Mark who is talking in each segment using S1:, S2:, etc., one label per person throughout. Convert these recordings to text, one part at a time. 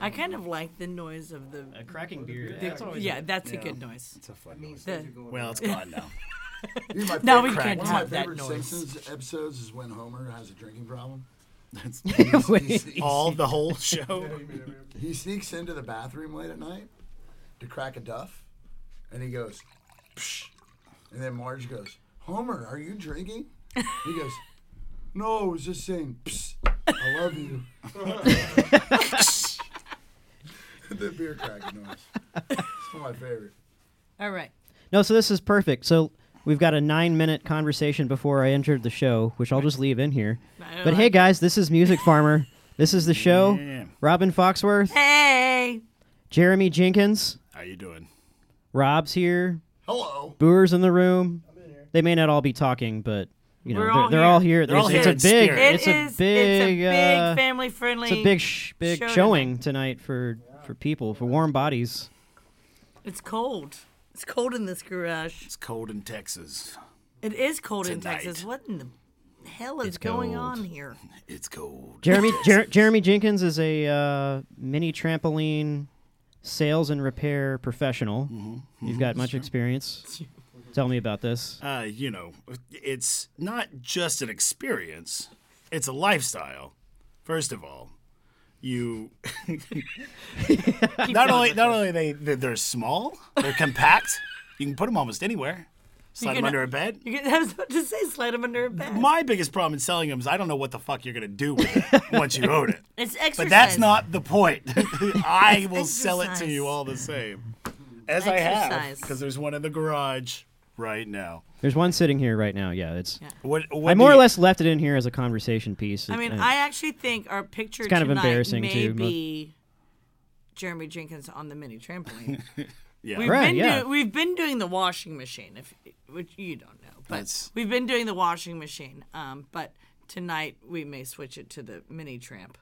S1: like the noise of the.
S2: A cracking beer.
S1: the-
S2: That's always
S1: yeah, that's
S3: yeah.
S1: a good noise.
S3: It's a fun noise.
S1: The-
S2: Well, it's gone now.
S1: No, we can't
S3: One of
S1: have
S3: my
S1: that
S3: favorite
S1: noise.
S3: Simpsons episodes is when Homer has a drinking problem.
S4: That's
S3: He's- he's-
S4: all the whole show.
S3: He sneaks into the bathroom late at night to crack a duff, and he goes, Psh. and then Marge goes, Homer, are you drinking? He goes, No, I was just saying, Psh, I love you. the beer cracking noise. It's one of my favorite.
S1: All right.
S5: No, so this is perfect. So we've got a nine minute conversation before I entered the show, which I'll just leave in here.
S1: I
S5: But hey,
S1: like-
S5: guys, this is Music Farmer. This is the show.
S4: Yeah.
S5: Robin Foxworth,
S1: Hey.
S5: Jeremy Jenkins,
S4: How you doing?
S5: Rob's here,
S3: Hello.
S5: Boer's in the room. They may not all be talking, but you know
S1: We're
S5: they're,
S1: all
S5: they're
S1: here.
S5: all here.
S4: They're
S5: There's-
S4: all
S5: it's
S4: here
S5: a
S4: in
S5: big,
S4: spirit.
S5: it's a
S1: is- It's a
S5: big,
S1: big
S5: uh,
S1: family friendly.
S5: it's a big, sh- big
S1: show tonight.
S5: showing tonight for for people for warm bodies.
S1: It's cold. It's cold in this garage.
S4: It's cold in Texas.
S1: It is cold
S4: Tonight.
S1: in Texas. What in the hell is
S5: It's
S1: going
S5: cold.
S1: on here?
S4: It's cold.
S5: Jeremy Jer- Jeremy Jenkins is a uh, mini trampoline sales and repair professional.
S4: Mm-hmm.
S5: You've got much experience. Tell me about this.
S4: uh, you know, it's not just an experience, it's a lifestyle. First of all, you not only not only they they- they're small, they're compact. You can put them almost anywhere. Slide them
S1: can-
S4: under a bed.
S1: You get, I was about to say, slide them under a bed.
S4: My biggest problem in selling them is I don't know what the fuck you're gonna do with it once you own it.
S1: it's exercise.
S4: But that's not the point. I will sell it to
S1: Exercise.
S4: you all the same, as I have,
S1: Exercise.
S4: because there's one in the garage right now.
S5: There's one sitting here right now. Yeah, it's.
S4: What, what
S5: I more
S4: do
S5: or
S4: you-
S5: less left it in here as a conversation piece.
S1: I mean,
S5: Uh,
S1: I actually think our picture
S5: kind of
S1: tonight
S5: embarrassing,
S1: may
S5: too, but-
S1: be Jeremy Jenkins on the mini trampoline.
S4: Yeah.
S1: We've
S5: Right,
S1: been
S5: yeah.
S1: do- we've been doing the washing machine, if which you don't know, but
S4: That's-
S1: we've been doing the washing machine. Um, but tonight we may switch it to the mini tramp.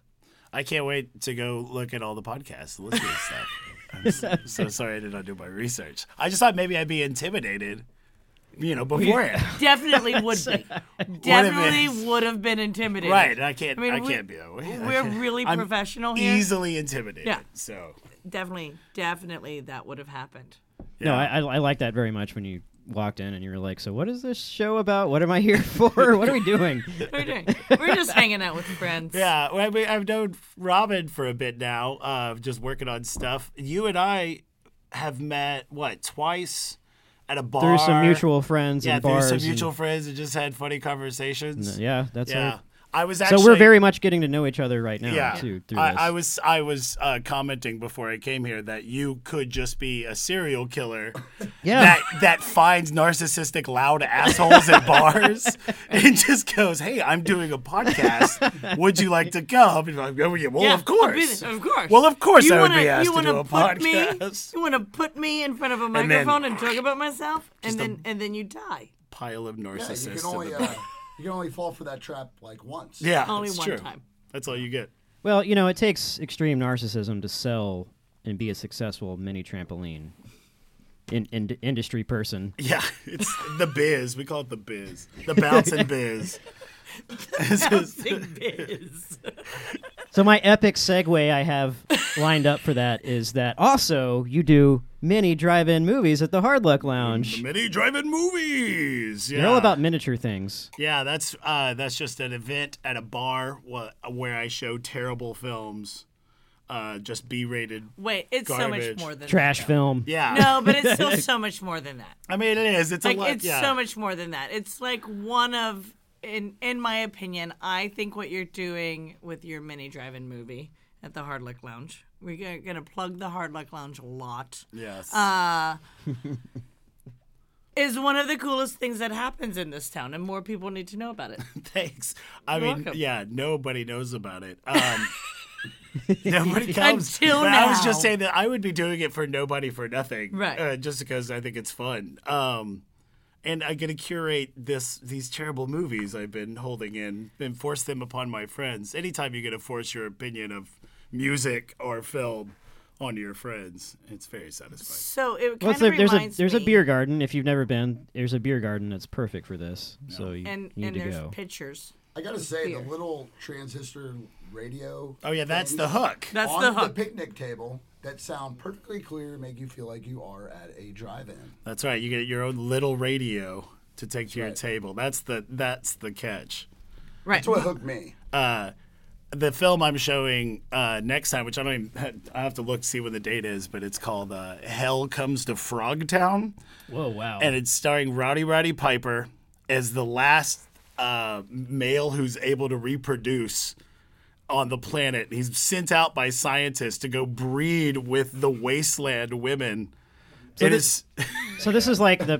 S4: I can't wait to go look at all the podcasts and listen to stuff. I'm so, I'm so sorry I did not do my research. I just thought maybe I'd be intimidated, you know, beforehand.
S1: Definitely would be. Definitely would have been intimidated.
S4: right. And I can't. I,
S1: I mean, we-
S4: can't be that way. I
S1: We're
S4: can't-
S1: really
S4: I'm
S1: professional here.
S4: Easily intimidated.
S1: Yeah.
S4: So
S1: Definitely, definitely that would have happened.
S5: No, I, I, I like that very much when you walked in and you were like, "So what is this show about? What am I here for? what are we doing?"
S1: We're, doing, we're just hanging out with friends.
S4: yeah, well, I mean, I've known Robin for a bit now, uh, just working on stuff. You and I have met what twice at a bar
S5: Through some mutual friends
S4: yeah,
S5: and
S4: through
S5: bars.
S4: some
S5: and-
S4: mutual friends, and just had funny conversations.
S5: yeah, that's
S4: yeah.
S5: it.
S4: I was
S5: So
S4: actually
S5: we're very much getting to know each other right now
S4: yeah.
S5: too. Through
S4: I,
S5: this.
S4: I was I was uh, commenting before I came here that you could just be a serial killer
S5: yeah.
S4: that that finds narcissistic loud assholes at bars and just goes, "Hey, I'm doing a podcast. Would you like to come?" And I'm like, "Oh, yeah, well,
S1: Yeah,
S4: of
S1: I'll be
S4: course,
S1: there, of course.
S4: Well, of course,
S1: you
S4: I would
S1: wanna-
S4: be asked
S1: you
S4: to
S1: wanna
S4: do a
S1: put me-
S4: podcast.
S1: you want to put me in front of a
S4: then-
S1: microphone and, talk about myself, and
S4: a-
S1: then and then you die.
S4: Pile of
S3: Yeah, you
S4: narcissists.
S3: can
S4: Yeah,
S3: only uh, you can only fall for that trap like once.
S4: yeah
S1: Only
S4: it's
S1: one
S4: true.
S1: time.
S4: That's all you get.
S5: Well, you know, it takes extreme narcissism to sell and be a successful mini trampoline in, in industry person.
S4: Yeah, it's the biz. We call it the biz, the bouncing biz. This is-
S1: Big biz.
S5: So my epic segue I have lined up for that is that also you do mini drive-in movies at the Hard Luck Lounge.
S4: Mini drive-in movies. Mm, Yeah.
S5: They're all about miniature things.
S4: Yeah, that's uh, that's just an event at a bar wha- where I show terrible films, uh, just B-rated.
S1: Wait, it's so
S4: Garbage.
S1: much more than
S5: Trash film.
S4: Yeah.
S1: That. No, but it's still so much more than that.
S4: I mean it is. It's
S1: Like
S4: a lot.
S1: it's
S4: yeah.
S1: so much more than that. It's like one of in in my opinion, I think what you're doing with your mini drive-in movie at the Hard Luck Lounge. We're gonna- gonna plug the Hard Luck Lounge a lot.
S4: Yes.
S1: uh, is one of the coolest things that happens in this town, and more people need to know about it.
S4: Thanks. I
S1: You're
S4: mean,
S1: welcome.
S4: yeah, nobody knows about it. Um, nobody comes.
S1: Until
S4: but I was just
S1: now.
S4: saying that I would be doing it for nobody for nothing,
S1: Right.
S4: Uh, just because I think it's fun. Um, and I'm gonna curate this these terrible movies I've been holding in and force them upon my friends. Anytime you're gonna force your opinion of music or film onto your friends, it's very satisfying.
S1: So it kind
S5: Well,
S1: of
S5: it's like- there's a
S1: reminds
S5: there's a
S1: me-
S5: beer garden. If you've never been, there's a beer garden that's perfect for this. So you
S1: and
S5: need
S1: and
S5: to
S1: there's
S5: go.
S1: pictures.
S3: I gotta say,
S1: Beer.
S3: the little transistor radio.
S4: Oh yeah, that's
S3: things
S4: the hook.
S1: That's
S3: on
S1: the hook.
S3: picnic table that sound perfectly clear, make you feel like you are at a drive-in.
S4: That's right. You get your own little radio to take to your
S3: right.
S4: table. That's the that's the catch.
S1: right.
S3: That's what hooked me.
S4: The film I'm showing uh, next time, which I don't even I have to look to see when the date is, but it's called uh, Hell Comes to Frogtown,
S5: Whoa, wow.
S4: and it's starring Roddy Roddy Piper as the last uh, male who's able to reproduce on the planet. He's sent out by scientists to go breed with the wasteland women. it
S5: this-
S4: is
S5: so this is like the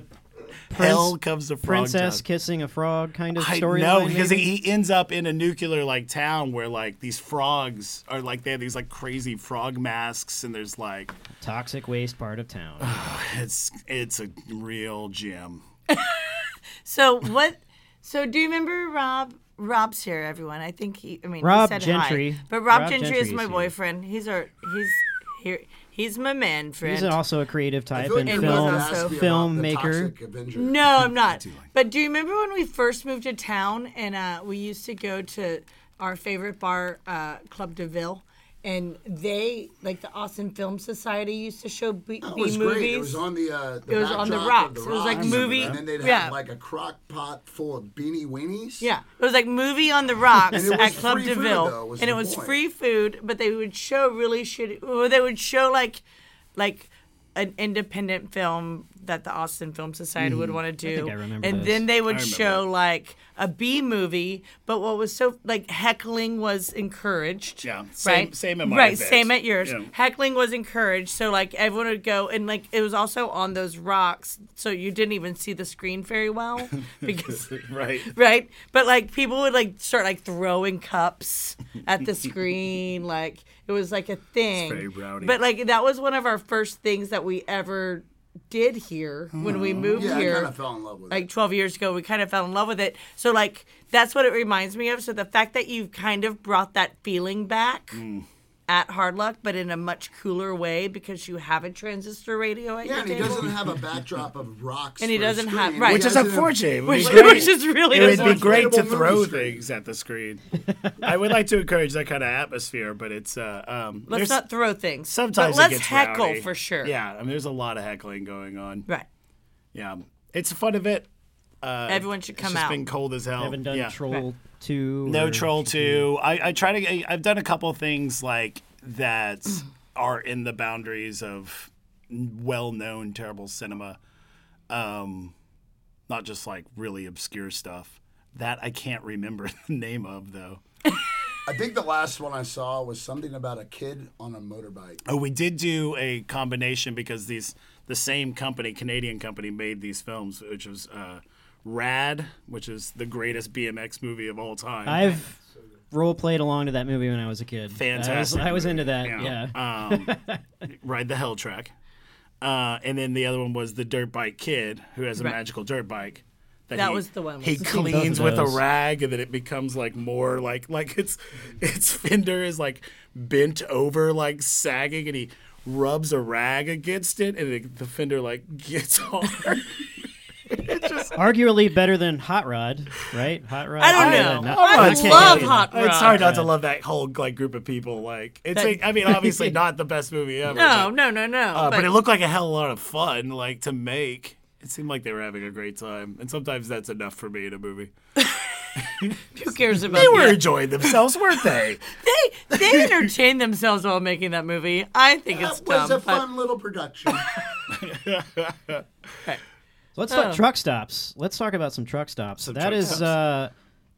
S5: prince-
S4: Hell Comes to Frogtown.
S5: princess kissing a frog kind of
S4: I
S5: story.
S4: know because he he ends up in a nuclear like town where like these frogs are like they have these like crazy frog masks and there's like
S5: toxic waste part of town.
S4: it's it's a real gem.
S1: So what? So do you remember Rob? Rob's here, everyone. I think he. I mean,
S5: Rob
S1: he said
S5: Gentry.
S1: Hi, but Rob,
S5: Rob
S1: Gentry,
S5: Gentry
S1: is my
S5: is here.
S1: boyfriend. He's our. He's here. He's my man friend.
S5: He's also a creative type
S3: feel
S5: and
S3: like
S1: it
S3: you're
S1: was
S5: film
S3: about to ask me about the
S5: filmmaker.
S3: Toxic Avenger.
S1: no, I'm not. But do you remember when we first moved to town and uh, we used to go to our favorite bar, uh, Club de Ville, and they like the Austin Film Society used to show B,
S3: That
S1: B
S3: was
S1: movies.
S3: great. It was on the uh, the
S1: It was on the
S3: backdrop of
S1: rocks. It was like
S3: rocks.
S1: movie-
S3: And then they'd
S1: yeah.
S3: have like a crock pot full of beanie weenies.
S1: Yeah, it was like movie on the rocks
S3: And it
S1: at
S3: was
S1: Club
S3: free food, though,
S1: Deville,
S3: was
S1: and it
S3: the
S1: was
S3: point.
S1: free food, but they would show really shitty. Well, they would show like, like an independent film that the Austin Film Society
S4: Mm-hmm.
S1: would want to do,
S5: think I remember
S1: and
S5: this.
S1: then they would
S4: remember
S1: show
S4: that.
S1: like a B movie. But what was so like heckling was encouraged.
S4: Yeah, same-
S1: right.
S4: same at my
S1: right.
S4: event.
S1: Same at yours.
S4: Yeah.
S1: Heckling was encouraged, so like everyone would go, and like it was also on those rocks, so you didn't even see the screen very well because
S4: Right.
S1: right? But like people would like start like throwing cups at the screen, like it was like a thing.
S4: very rowdy.
S1: But like that was one of our first things that we ever did here when
S4: Hmm.
S1: we moved
S3: Yeah, I
S1: here.
S3: kind of fell in love with it.
S1: like 12 years ago, we kind of fell in love with it. So, like, that's what it reminds me of. So, the fact that you've kind of brought that feeling back
S4: Hmm.
S1: at Hard Luck, but in a much cooler way because you have a transistor radio at
S3: Yeah,
S1: your
S3: and he
S1: table.
S3: doesn't have a backdrop of rocks.
S1: And he
S3: for a
S1: doesn't have-
S3: screen.
S1: right.
S3: He
S4: Which is
S3: has an-
S4: unfortunate. It would be
S1: Which,
S4: great-
S1: which is really
S4: it would be
S1: unfortunate.
S4: great to
S3: Inflatable
S4: throw
S3: movie screen.
S4: things at the screen. I would like to encourage that kind of atmosphere, but it's uh, um,
S1: Let's
S4: there's-
S1: not throw things.
S4: sometimes
S1: but let's
S4: it gets
S1: heckle
S4: rowdy.
S1: for sure.
S4: Yeah, I mean, there's a lot of heckling going on.
S1: Right.
S4: Yeah, it's a fun event.
S1: Everyone should
S4: It's
S1: come
S4: just
S1: out.
S4: been cold as hell.
S5: Haven't done
S4: yeah.
S5: Troll Two.
S4: No
S5: or-
S4: Troll 2. I, I try to, I, I've done a couple things like that are in the boundaries of well known terrible cinema. Um, not just like really obscure stuff. That I can't remember the name of though.
S3: I think the last one I saw was something about a kid on a motorbike.
S4: Oh, we did do a combination because these the same company, Canadian company, made these films, which was uh, Rad, which is the greatest BMX movie of all time.
S5: I've role played along to that movie when I was a kid.
S4: Fantastic
S5: I was, I was
S4: movie.
S5: into that. Yeah.
S4: Yeah. Um, Ride the Hell track. Uh, and then the other one was the Dirt Bike Kid, who has a
S1: Right.
S4: magical dirt bike.
S1: That
S4: he-
S1: was the one.
S4: He
S1: I've
S5: seen both of
S4: cleans with a
S5: those.
S4: rag, and then it becomes like more like like its its fender is like bent over, like sagging, and he rubs a rag against it, and it, the fender like gets hard.
S5: Uh, Arguably better than Hot Rod, right? Hot Rod.
S1: I don't
S5: better
S1: know.
S5: than-
S1: I
S5: Hot
S1: would
S5: Rod's
S1: love
S5: Canadian.
S1: Hot Rod.
S4: it's hard not to love that whole like group of people. Like it's
S1: That-
S4: like, I mean obviously not the best movie ever.
S1: No,
S4: but-
S1: no, no, no.
S4: Uh, but,
S1: but
S4: it looked like a hell of a lot of fun, like to make. It seemed like they were having a great time, and sometimes that's enough for me in a movie.
S1: who cares about
S4: They were
S1: that?
S4: enjoying themselves, weren't they?
S1: They, they entertained themselves while making that movie. I think it's
S3: That
S1: dumb.
S3: was a
S1: but-
S3: fun little production.
S5: So let's talk
S1: Oh.
S5: truck stops. Let's talk about some truck stops. That is
S4: truck stops.
S5: uh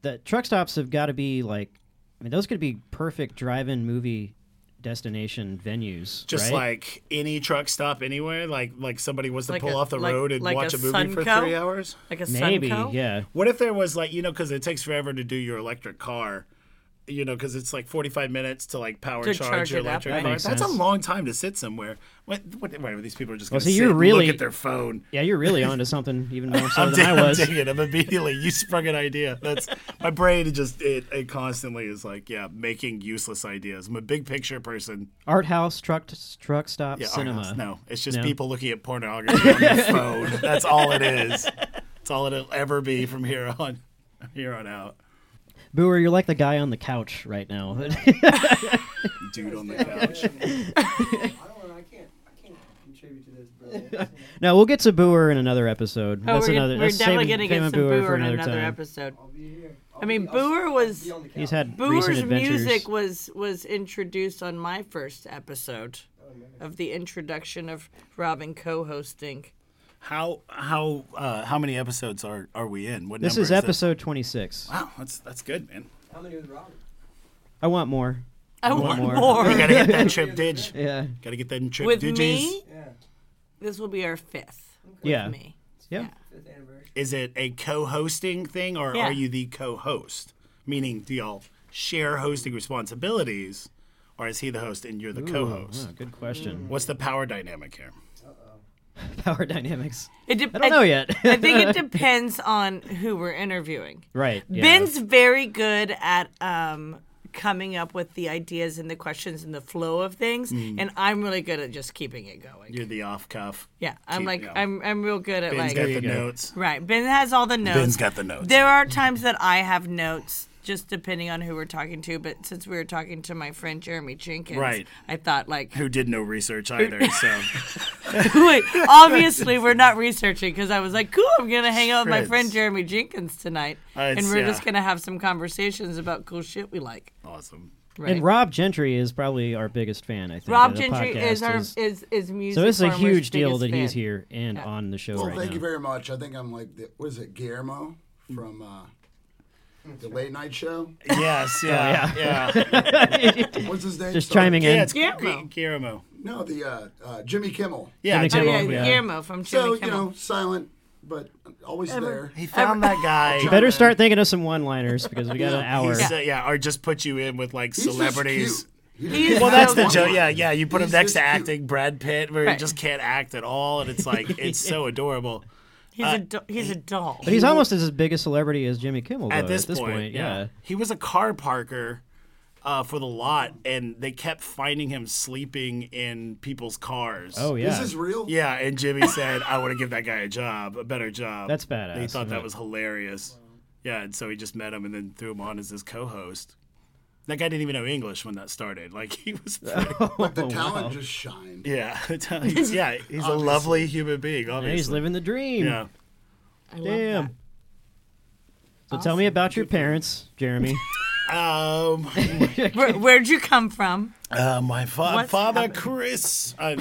S5: the truck stops have got to be like I mean those could be perfect drive-in movie destination venues,
S4: Just
S5: right?
S4: like any truck stop anywhere, like like somebody wants to
S1: Like
S4: pull
S1: a-
S4: off the
S1: like-
S4: road and
S1: like
S4: watch
S1: a
S4: a, movie for
S1: Sunco?
S4: three hours.
S1: like a
S5: maybe,
S1: Sunco?
S5: yeah.
S4: What if there was like you know because it takes forever to do your electric car, you know because it's like forty five minutes to like power
S1: To
S4: charge,
S1: charge
S4: your
S1: it up,
S4: electric
S1: right.
S4: car.
S5: That
S4: That's
S5: makes
S4: a
S5: sense.
S4: long time to sit somewhere. What? What? what these people are just going to
S5: so
S4: sit
S5: you're
S4: and
S5: really-
S4: look at their phone.
S5: Yeah, you're really onto something even more so
S4: I'm,
S5: than
S4: dig-
S5: I was.
S4: I'm digging. I'm immediately you sprung an idea. That's my brain. It just it, it constantly is like yeah, making useless ideas. I'm a big picture person.
S5: Art house truck truck stop
S4: Yeah, art
S5: cinema.
S4: house. No, it's just
S5: No.
S4: people looking at pornography on their phone. That's all it is. That's all it'll ever be from here on here on out.
S5: Booer, you're like the guy on the couch right now.
S4: dude on the couch.
S2: I don't know. I can't. I can't contribute to this, bro.
S5: no, we'll get to Booer in another episode.
S1: Oh,
S5: that's
S1: we're, gonna-
S5: another.
S1: we're
S5: that's
S1: definitely
S5: saving-
S1: going to get
S5: saving
S1: some Booer,
S5: for
S1: in
S5: another,
S1: another
S5: time.
S1: episode.
S2: I'll be here. I'll
S1: I mean,
S2: be- I'll-
S1: Booer
S2: I'll
S1: was-
S2: be on the
S5: He's
S2: couch.
S5: had recent
S1: Booer's
S5: adventures.
S1: music was was introduced on my first episode of the introduction of Robin co-hosting.
S4: How how uh, how many episodes are are we in? What
S5: This
S4: number
S5: is episode 26.
S4: Wow, that's that's good, man.
S2: How many with Robert?
S5: I want more.
S1: I
S5: want
S1: want
S5: more.
S1: more.
S4: We gotta get that trip dig.
S5: Yeah.
S4: Gotta get that trip
S1: With
S4: digis.
S1: me,
S2: Yeah.
S1: this will be our fifth. With
S5: Yeah.
S1: me.
S5: Yeah.
S2: Fifth anniversary.
S4: Is it a co-hosting thing, or
S1: Yeah.
S4: are you the co-host? Meaning, do y'all share hosting responsibilities, or is he the host and you're the co-host?
S5: Wow, good question.
S4: What's the power dynamic here?
S1: Mm.
S5: Power dynamics.
S1: It de-
S5: I don't know yet.
S1: I think it depends on who we're interviewing.
S5: right. yeah.
S1: Ben's very good at um, coming up with the ideas and the questions and the flow of things,
S4: Mm.
S1: and I'm really good at just keeping it going.
S4: You're the off cuff.
S1: Yeah, I'm
S4: Keep-
S1: like
S4: yeah.
S1: I'm I'm real good at
S4: Ben's
S1: like
S4: got the
S5: go.
S4: notes.
S1: right. Ben has all the notes.
S4: Ben's got the notes.
S1: There are times that I have notes, just depending on who we're talking to. But since we were talking to my friend Jeremy Jenkins,
S4: Right.
S1: I thought like,
S4: Who did no research either? So
S1: wait, obviously we're not researching because I was like, cool, I'm gonna hang out with my
S4: Shreds.
S1: friend Jeremy Jenkins tonight,
S4: Uh,
S1: and
S4: it's-
S1: we're
S4: yeah.
S1: just gonna have some conversations about cool shit we like.
S4: awesome.
S1: Right.
S5: And Rob Gentry is probably our biggest fan, I think.
S1: Rob
S5: of the
S1: Gentry
S5: podcast
S1: is our is is, music.
S5: So this is a
S1: Farmer's
S5: huge deal
S1: biggest
S5: that he's
S1: fan.
S5: here and on the show
S3: Well,
S5: right
S3: thank
S5: now.
S3: you very much. I think I'm like, the, what is it, Guillermo from uh, the late night show?
S4: Yes. Yeah. yeah.
S3: What's his name?
S5: Just
S3: Sorry.
S5: chiming in.
S4: Yeah, it's
S1: Guillermo.
S4: Guillermo. Guillermo.
S3: No, the uh, uh, Jimmy Kimmel.
S4: Yeah,
S5: Jimmy
S1: Oh
S4: Jimmy
S1: yeah,
S5: Yeah.
S1: Guillermo from Jimmy
S3: So, you
S1: Kimmel.
S3: know, silent, but always there.
S4: He found that guy.
S5: You better start thinking of some one-liners because we got an hour.
S4: He's, uh, yeah, or just put you in with like
S3: He's just
S4: celebrities.
S3: cute.
S1: He is
S4: Well,
S1: so
S4: that's the
S1: cute.
S4: joke. Yeah, yeah. You put him
S3: He's
S4: next
S3: just
S4: to
S3: cute.
S4: acting Brad Pitt, where
S1: Right.
S4: he just can't act at all, and it's like it's so adorable.
S1: He's a do- he's a doll.
S5: But he's almost as big a celebrity as Jimmy Kimmel.
S4: At
S5: though,
S4: this,
S5: at this point, yeah.
S4: He was a car parker uh, for the lot, and they kept finding him sleeping in people's cars.
S5: Oh yeah.
S3: This is real?
S4: Yeah, and Jimmy said, "I want to give that guy a job, a better job."
S5: That's
S4: He
S5: badass,
S4: thought
S5: yeah.
S4: that was hilarious. Yeah, and so he just met him and then threw him on as his co-host. That guy didn't even know English when that started. Like he was, pretty-
S3: But the talent just shined.
S4: yeah, he's, yeah, he's a lovely human being.
S5: And
S4: Obviously,
S5: he's living the dream.
S4: Yeah,
S1: I love
S5: Damn.
S1: that.
S5: So tell me about your parents, Jeremy.
S4: um,
S1: Where, where'd you come from?
S4: uh, my fa-
S1: What's
S4: father Chris, I,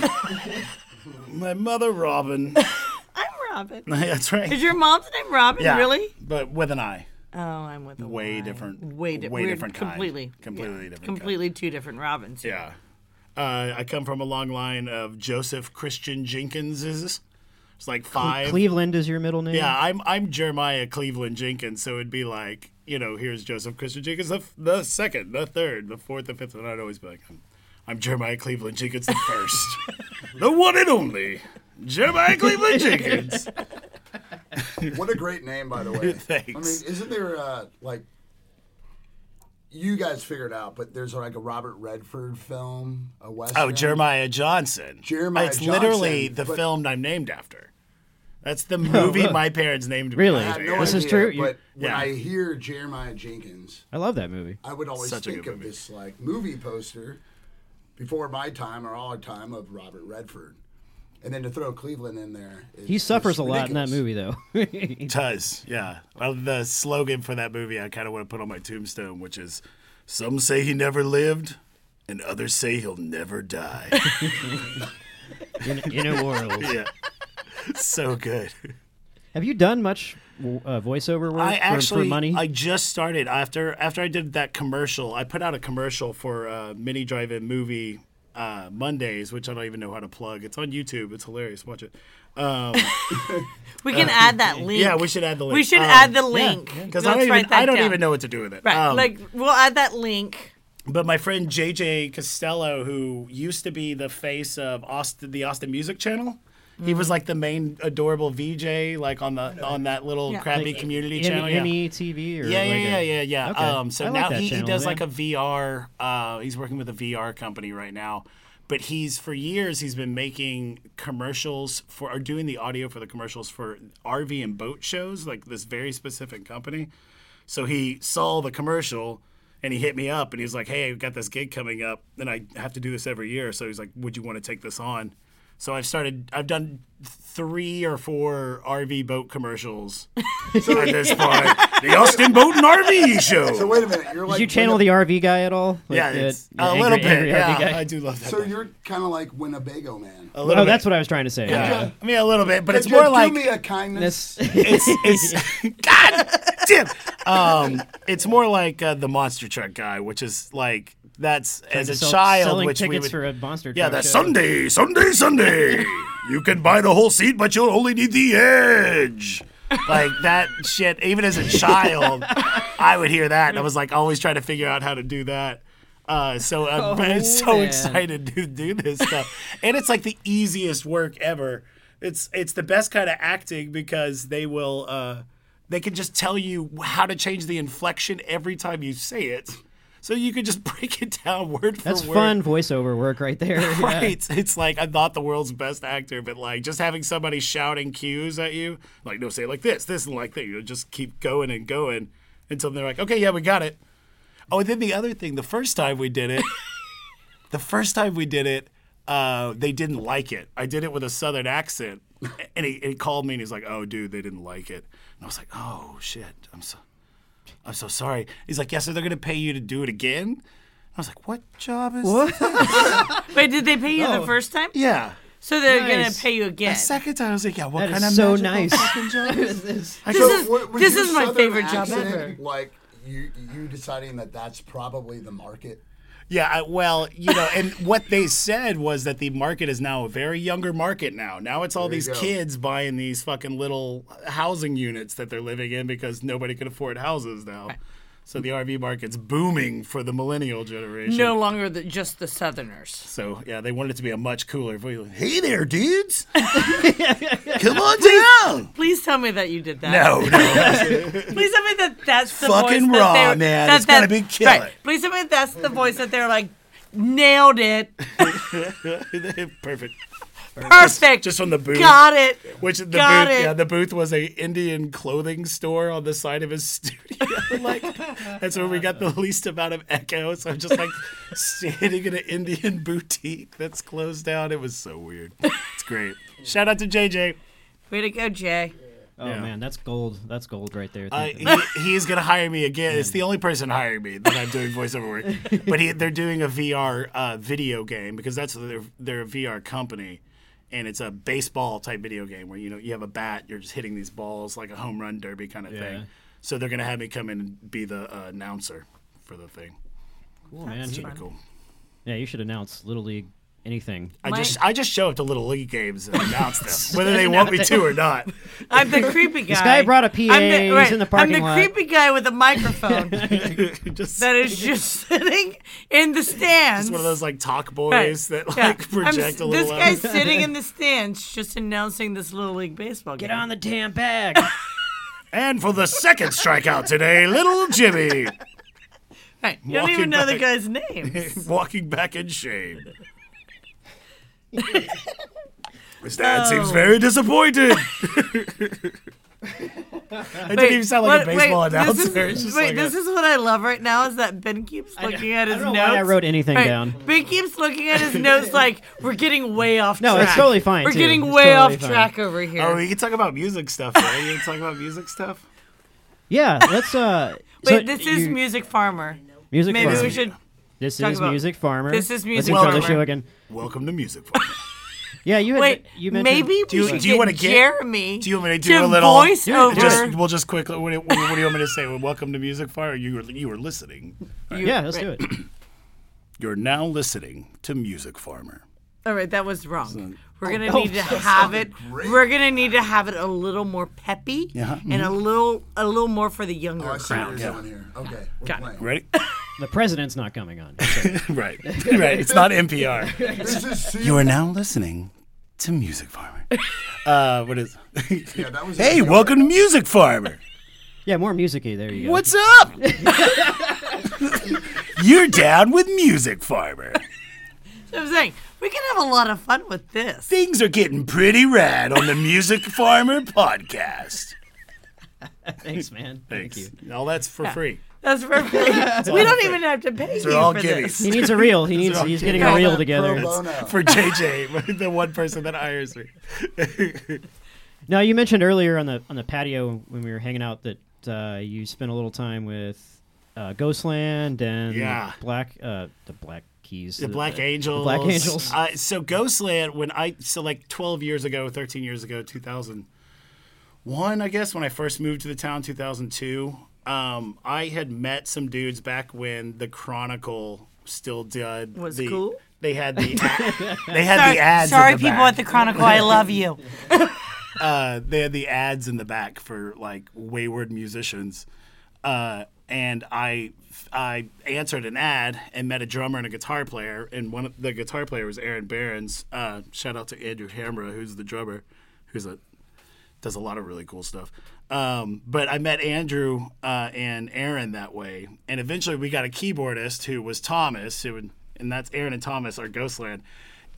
S4: my mother Robin.
S1: I'm Robin.
S4: That's right.
S1: Is your mom's name Robin?
S4: Yeah,
S1: Really?
S4: but with an eye.
S1: Oh, I'm with a
S4: Way
S1: Y.
S4: different-
S1: Way, di-
S4: way
S1: we're
S4: different kind.
S1: Completely.
S4: Completely different kind.
S1: Completely two different Robins. here.
S4: Yeah. Uh, I come from a long line of Joseph Christian Jenkinses. It's like five.
S5: Cleveland is your middle name.
S4: yeah, I'm I'm Jeremiah Cleveland Jenkins, so it'd be like, you know, here's Joseph Christian Jenkins, the, f- the second, the third, the fourth, the fifth, and I'd always be like, I'm, I'm Jeremiah Cleveland Jenkins, the first, the one and only Jeremiah Cleveland Jenkins.
S3: What a great name, by the way.
S4: Thanks.
S3: I mean, isn't there uh, like you guys figured out, but there's like a Robert Redford film, a western.
S4: Oh, Jeremiah Johnson.
S3: Jeremiah
S4: It's literally
S3: Johnson,
S4: the
S3: but-
S4: film I'm named after. That's the movie my parents named me.
S5: Really?
S3: I have
S4: After.
S3: no
S5: This
S3: idea,
S5: is true. You-
S3: But when
S4: Yeah.
S3: I hear Jeremiah Jenkins,
S5: I love that movie.
S3: I would always
S4: Such a
S3: think
S4: good
S3: of
S4: movie.
S3: this like movie poster before my time or our time of Robert Redford, and then to throw Cleveland in there. Is,
S5: He suffers a lot in that
S3: ridiculous.
S5: movie, though.
S4: does, yeah. Well, the slogan for that movie I kind of want to put on my tombstone, which is Some say he never lived, and others say he'll never die.
S5: in, in a world.
S4: yeah. So good.
S5: Have you done much uh, voiceover work
S4: I
S5: for,
S4: actually,
S5: for money?
S4: I just started after after I did that commercial. I put out a commercial for uh, Mini Drive-In Movie uh, Mondays, which I don't even know how to plug. It's on YouTube. It's hilarious. Watch it. Um,
S1: We can add that link.
S4: Uh, yeah, we should add the link.
S1: We should
S4: Um,
S1: add the
S4: yeah,
S1: link.
S4: yeah.
S1: Let's
S4: I don't,
S1: write
S4: even,
S1: that
S4: I don't
S1: down.
S4: even know what to do with it.
S1: Right.
S4: Um,
S1: like we'll add that link.
S4: But my friend JJ Costello, who used to be the face of Austin, the Austin Music Channel, he
S5: Mm-hmm.
S4: was like the main adorable VJ, like on the on that little
S1: Yeah.
S4: crappy
S5: Like,
S4: community
S5: M-
S4: channel. yeah.
S5: METV or
S4: Yeah,
S5: like
S4: yeah, yeah,
S5: a-
S4: yeah, yeah.
S5: Okay.
S4: Um, so
S5: I like
S4: now
S5: that
S4: he,
S5: channel,
S4: he does
S5: yeah.
S4: like a VR. Uh, he's working with a VR company right now, but he's for years he's been making commercials for or doing the audio for the commercials for RV and boat shows, like this very specific company. So he saw the commercial and he hit me up and he's like, "Hey, I've got this gig coming up and I have to do this every year." So he's like, "Would you want to take this on?" So I've started. I've done three or four RV boat commercials at this point. The Austin Boat and RV Show.
S3: So wait a minute, you're like
S5: Did you channel the RV guy at all? Like
S4: yeah,
S5: the-
S4: it's
S5: the
S4: a
S5: angry-
S4: little bit.
S5: angry RV
S4: yeah,
S5: guy?
S4: I do love that.
S3: So
S4: though.
S3: you're kind of like Winnebago man.
S4: a little
S5: Oh,
S4: bit.
S5: that's what I was trying to say.
S4: Yeah. I mean, a little bit, but it's
S3: Could you
S4: more like
S3: do me a kindness.
S5: This-
S4: it's, it's God damn. Um, it's more like uh, the monster truck guy, which is like that's as a
S5: Sell-
S4: child,
S5: selling
S4: which we
S5: tickets
S4: would,
S5: for a monster.
S4: yeah,
S5: truck
S4: that
S5: show.
S4: Sunday, Sunday, Sunday. you can buy the whole seat, but you'll only need the edge. Like that shit. Even as a child, I would hear that, and I was like always trying to figure out how to do that. Uh, so I'm
S5: Oh,
S4: so
S5: man.
S4: excited to do this stuff, and it's like the easiest work ever. It's it's the best kind of acting because they will uh, they can just tell you how to change the inflection every time you say it, so you can just break it down word for
S5: That's
S4: word.
S5: fun voiceover work right there. yeah.
S4: Right. It's like I'm not the world's best actor, but like just having somebody shouting cues at you, like no, say it like this, this, and like that. You know, just keep going and going until they're like, okay, yeah, we got it. Oh, and then the other thing, the first time we did it, the first time we did it, uh, they didn't like it. I did it with a southern accent, and he, and he called me and he's like, oh, dude, they didn't like it, and I was like, oh shit, I'm so. I'm so sorry. He's like, yeah, so they're gonna pay you to do it again. I was like, what job is? What?
S1: But did they pay you the first time?
S4: Yeah.
S1: So they're gonna
S5: Nice.
S1: pay you again.
S4: The second time, I was like, yeah, what
S5: That
S4: kind
S5: is
S4: of
S5: so
S4: magical
S5: nice.
S4: fucking job is this? I
S1: This
S4: go,
S1: is-
S3: What- was
S1: this
S3: your
S1: is my
S3: southern
S1: favorite job
S3: accent,
S1: ever.
S3: Like you, you deciding that that's probably the market.
S4: yeah, I, well, you know, and what they said was that the market is now a very younger market now. Now it's all
S3: There you
S4: these
S3: go.
S4: kids buying these fucking little housing units that they're living in because nobody can afford houses now. So the RV market's booming for the millennial generation.
S1: no longer the, just the Southerners.
S4: So yeah, they wanted it to be a much cooler. voice. Hey there, dudes! Come on down.
S1: Please tell me that you did that.
S4: No, no.
S1: Please tell me that that's the
S4: Fucking
S1: voice
S4: raw,
S1: that they're-
S4: man.
S1: That,
S4: It's gotta
S1: that-
S4: be killer.
S1: Right. Please tell me that's the voice that they're like, nailed it,
S4: Perfect.
S1: perfect,
S4: Just on the booth.
S1: got it.
S4: Which the
S1: Got
S4: booth,
S1: it.
S4: yeah, the booth was a Indian clothing store on the side of his studio. like that's where we got the least amount of echo. So I'm just like standing in an Indian boutique that's closed down. It was so weird. It's great. Shout out to JJ.
S1: Way to go, Jay.
S5: Oh
S4: Yeah.
S5: man, that's gold. That's gold right there.
S4: Uh,
S5: Thank you.
S4: he, he is gonna hire me again. It's the only person hiring me that I'm doing voiceover work. But he, they're doing a VR uh, video game because that's their they're a VR company, and it's a baseball type video game where you know you have a bat, you're just hitting these balls like a home run derby kind of
S5: Yeah.
S4: thing. So they're gonna have me come in and be the uh, announcer for the thing.
S5: cool, man.
S4: Pretty cool.
S5: Yeah, you should announce little league anything.
S4: I
S1: My-
S4: just I just show up to little league games and announce them, whether they want me to or not.
S1: I'm the creepy guy. This
S5: guy brought a PA, he's in the parking
S1: I'm the
S5: lot.
S1: creepy guy with a microphone
S4: just
S1: that is just sitting in the stands.
S4: it's one of those like talk
S1: Right.
S4: boys that like
S1: Yeah. I'm
S4: project
S1: s-
S4: a little.
S1: This
S4: out.
S1: guy's sitting in the stands just announcing this Little League Baseball game.
S5: Get on the damn bag.
S4: And for the second strikeout today, little Jimmy
S1: Right. You don't
S4: Walking
S1: even know the
S4: back.
S1: guy's name.
S4: walking back in shame. His dad seems
S1: Oh.
S4: very disappointed. it didn't even sound like
S1: what-
S4: a baseball
S1: wait,
S4: announcer.
S1: This
S4: It's
S1: is,
S4: just
S1: wait,
S4: like
S1: this
S4: a-
S1: is what I love right now is that Ben keeps looking at his
S5: I don't know
S1: notes.
S5: why I wrote anything
S1: Right.
S5: down.
S1: Ben keeps looking at his notes like we're getting way off
S5: No,
S1: track.
S5: it's totally fine,
S1: We're
S5: too.
S1: getting
S5: It's
S1: way
S5: totally
S1: off
S5: fine.
S1: track over here.
S4: oh, we can talk about music stuff. Right? You can talk about music stuff.
S5: yeah, let's. Uh, so
S1: Wait, this is
S5: you-
S1: Music Farmer.
S5: music.
S1: Maybe
S5: farmer.
S1: we should.
S5: This
S1: talk
S5: is
S1: about-
S5: music farmer.
S1: This
S5: Let's
S1: is Music
S5: intro the
S1: Farmer.
S5: show again.
S4: Welcome to music. Farm.
S5: Yeah, you had,
S1: Wait,
S5: you mentioned
S1: maybe
S4: you-
S1: we should
S4: do you wanna
S1: get
S4: get-
S1: Jeremy
S4: Do you want me to do
S1: to
S4: a little?
S1: voice over.
S4: Just, we'll just quickly. What, do- what do you want me to say? Welcome to Music Fire. You were you were listening.
S5: Yeah, let's do it.
S4: You're now listening to Music Farmer.
S1: All right, that was wrong. We're gonna
S5: oh,
S1: need to
S5: that
S1: have it. We're gonna need to have it a little more peppy
S4: Yeah, Mm-hmm.
S1: and a little a little more for the younger
S3: Oh, I see what
S1: crowd.
S3: you're doing here. Okay, we're
S1: Got it.
S3: playing.
S4: Ready?
S5: The president's not coming on.
S4: right. Right. It's not NPR.
S3: This is C-
S4: You are now listening to Music Farmer. Uh, what is?
S3: yeah, that was
S4: hey, welcome to Music Farmer.
S5: Yeah, more musicy. There you go.
S4: What's up? You're down with Music Farmer.
S1: So I'm saying we can have a lot of fun with this.
S4: Things are getting pretty rad on the Music Farmer podcast.
S5: Thanks, man.
S4: Thanks.
S5: Thank you.
S4: All that's for free.
S1: That's perfect. we don't even have to pay
S4: They're
S1: you
S4: all
S1: for this.
S5: He
S4: giddies.
S5: needs a reel. He needs.
S4: all
S5: He's getting
S1: good.
S5: a reel
S3: Pro
S5: together.
S3: bono.
S4: For JJ, the one person that hires me.
S5: Now you mentioned earlier on the on the patio when we were hanging out that uh, you spent a little time with uh, Ghostland and the
S4: Yeah.
S5: Black uh, the Black Keys, Uh,
S4: The Black Angels.
S5: the Black Angels.
S4: Uh, so Ghostland, when I so like twelve years ago, thirteen years ago, two thousand one, I guess, when I first moved to the town, two thousand two. Um, I had met some dudes back when the Chronicle still did
S1: Was
S4: the,
S1: cool?
S4: They had the they had
S1: Sorry,
S4: the ads. in
S1: sorry
S4: the
S1: people
S4: back.
S1: at the Chronicle. I love you.
S4: uh, they had the ads in the back for like wayward musicians. Uh, and I I answered an ad and met a drummer and a guitar player, and one of the guitar player was Aaron Behrens. Uh, shout out to Andrew Hamra, who's the drummer, who's a does a lot of really cool stuff. Um, but I met Andrew uh, and Aaron that way, and eventually we got a keyboardist who was Thomas, who would, and that's Aaron and Thomas are Ghostland.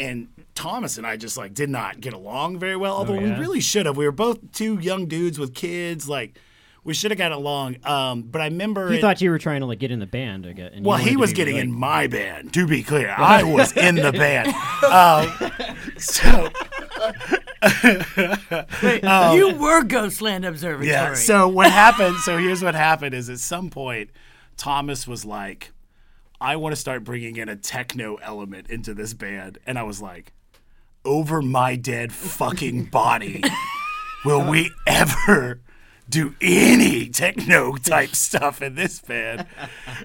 S4: And Thomas and I just like did not get along very well, although
S5: yeah?
S4: we really should have. We were both two young dudes with kids, like we should have got along. Um, but I remember
S5: He
S4: it-
S5: thought you were trying to like get in the band again. and you
S4: well,
S5: wanted
S4: he
S5: to
S4: was
S5: be,
S4: getting
S5: like-
S4: in my band. To be clear, I was in the band. Um, so
S1: you were Ghostland Observatory.
S4: Oh. Yeah. So what happened? So here's what happened: is at some point, Thomas was like, "I want to start bringing in a techno element into this band," and I was like, "Over my dead fucking body, will we ever?" Do any techno type stuff in this band,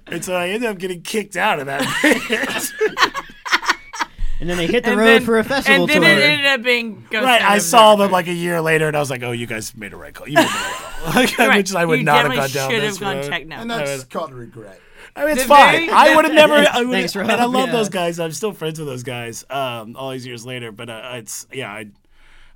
S4: and so I ended up getting kicked out of that band.
S5: and then they hit the
S1: And
S5: road
S1: then-
S5: for a festival
S1: And then
S5: tour.
S1: it ended up being Ghostland.
S4: right, I saw
S1: Observatory.
S4: them like a year later, and I was like, "Oh, you guys made a right call. You made the right call," Like, which I would
S1: you
S4: not have
S1: definitely
S4: gone down
S1: should
S4: this
S1: have gone
S4: road.
S1: techno.
S3: And that's called regret.
S4: I mean, it's
S1: The
S4: fine.
S1: very-
S4: I would have never. I would,
S5: Thanks, Rob.
S4: And I love
S5: Yeah.
S4: those guys. I'm still friends with those guys. Um, all these years later, but uh, it's yeah. I,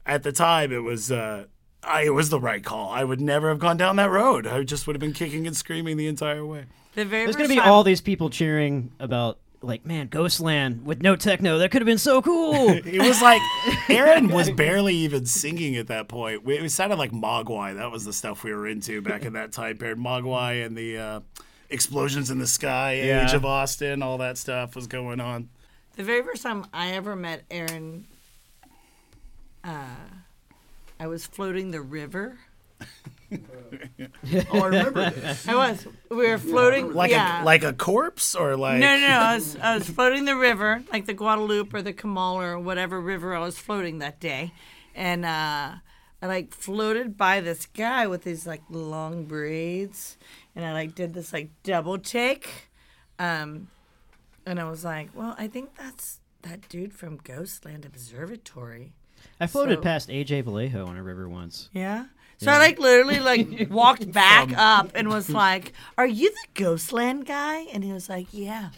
S4: at the time, it was. Uh, I, it was the right call. I would never have gone down that road. I just would have been kicking and screaming the entire way.
S1: the very
S5: There's
S1: going
S5: gonna
S1: to
S5: be all these people cheering about like, man, Ghostland with no techno. That could have been so cool.
S4: It was like Aaron was barely even singing at that point. We, it sounded like Mogwai. That was the stuff we were into back in that time period. Mogwai and the uh, explosions in the sky,
S5: Yeah.
S4: Age of Austin, all that stuff was going on.
S1: The very first time I ever met Aaron, uh, I was floating the river.
S3: Oh, I remember this.
S1: I was. We were floating.
S4: Hmm. Like
S1: yeah.
S4: a like a corpse or like
S1: no, no, no. I was, I was floating the river, like the Guadalupe or the Kamal or whatever river I was floating that day. And uh, I like floated by this guy with these like long braids. And I like did this like double take. Um, and I was like, well, I think that's that dude from Ghostland Observatory.
S5: I floated
S1: So-
S5: past AJ Vallejo on a river once.
S1: Yeah. So I like literally like walked back up and was like, "Are you the Ghostland guy?" And he was like, "Yeah."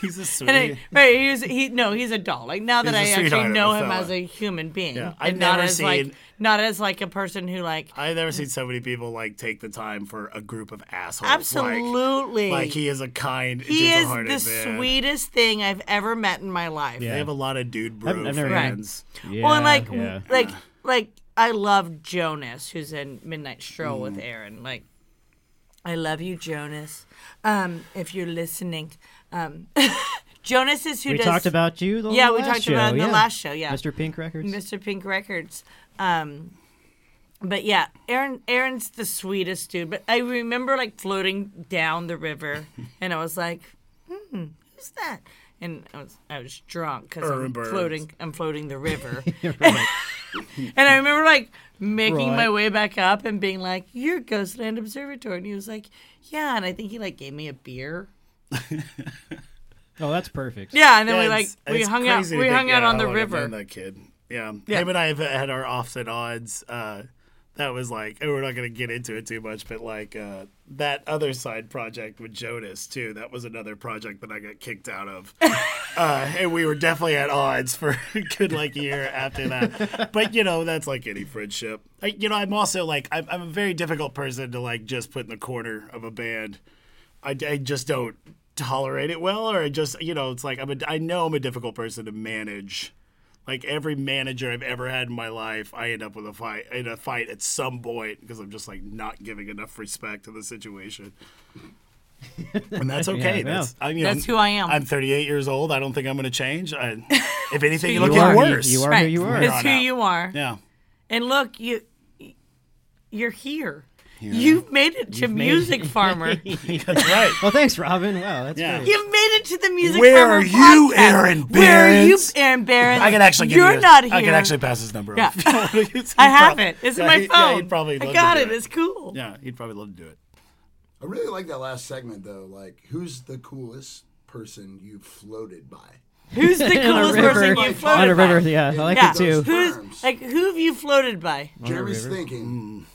S4: He's a sweet.
S1: And I, right, he was he no, he's a doll. Like now that
S4: He's a
S1: I actually
S4: sweetheart of a
S1: know him
S4: fella.
S1: as a human being,
S4: Yeah, I've
S1: and not
S4: never
S1: as like
S4: seen-
S1: not as like a person who like
S4: I've never seen so many people like take the time for a group of assholes. like-
S1: absolutely
S4: Like, he is a kind,
S1: he is
S4: gentle-hearted
S1: the
S4: man.
S1: sweetest thing I've ever met in my life.
S4: They have a lot of dude brew
S5: I've never-
S4: fans.
S5: Yeah,
S1: Well, and like, w-
S5: yeah.
S1: like, like, I love Jonas, who's in Midnight Stroll with
S5: Mm.
S1: Aaron. Like, I love you, Jonas. Um, if you're listening, um, Jonas is who
S5: we
S1: does.
S5: talked about you. The
S1: Yeah, we
S5: last
S1: talked
S5: show,
S1: about it in the
S5: yeah.
S1: last show, yeah.
S5: Mr. Pink Records.
S1: Mr. Pink Records. Um, but yeah, Aaron Aaron's the sweetest dude. But I remember like floating down the river, and I was like, hmm, "Who's that?" And I was I was drunk because
S4: Aaron
S1: I'm
S4: Burns.
S1: floating I'm floating the river, and I remember like making
S5: Right.
S1: my way back up and being like, "You're Ghostland Observatory," and he was like, "Yeah," and I think he like gave me a beer.
S5: Oh, that's perfect.
S1: Yeah, and then we
S4: Yeah,
S1: like
S4: it's-
S1: we
S4: it's
S1: hung out
S4: crazy to
S1: we
S4: think,
S1: hung out
S4: yeah,
S1: on
S4: I
S1: the
S4: would've
S1: river.
S4: known That kid. Yeah. Him and I have had our offs and odds. Uh, that was like, and we're not going to get into it too much, but like uh, that other side project with Jonas, too, that was another project that I got kicked out of. uh, and we were definitely at odds for a good like year after that. But, you know, that's like any friendship. I, you know, I'm also like, I'm, I'm a very difficult person to like just put in the corner of a band. I, I just don't tolerate it well, or I just, you know, it's like I'm a, I know I'm a difficult person to manage Like every manager I've ever had in my life, I end up with a fight in a fight at some point because I'm just like not giving enough respect to the situation. And that's okay.
S5: Yeah,
S4: that's, I mean,
S1: That's who I am.
S4: I'm 38 years old. I don't think I'm going to change. I, if anything, you
S1: who
S4: look
S1: you
S4: at
S1: are.
S4: worse.
S5: You are who
S1: Right.
S5: you are.
S1: It's
S4: on
S1: who
S4: out.
S1: you are.
S4: Yeah.
S1: And look, you you're here. You've made it to Music Farmer.
S4: That's right.
S5: Well, thanks, Robin. Wow, that's
S4: Yeah.
S5: great.
S1: You've made it to the Music
S4: Where
S1: Farmer.
S4: are you,
S1: podcast.
S4: Aaron
S1: Where are you,
S4: Behrens?
S1: Aaron Barron?
S4: I can actually give
S1: You're
S4: you.
S1: not here.
S4: I can actually pass his number.
S1: Yeah.
S4: off. He'd
S1: I have
S4: prob-
S1: it. It's in
S4: Yeah,
S1: my
S4: he-
S1: phone.
S4: Yeah, he'd probably love
S1: I
S4: to
S1: got
S4: do
S1: it. It's cool.
S4: Yeah, he'd probably love to do it.
S3: I really like that last segment though. Like, who's the coolest person you floated by?
S1: Who's the
S5: On a
S1: coolest person
S5: river.
S1: you floated
S5: On a river.
S1: by?
S5: Yeah, I like
S1: Yeah.
S5: it too.
S1: Who's like who have you floated by?
S3: Jeremy's thinking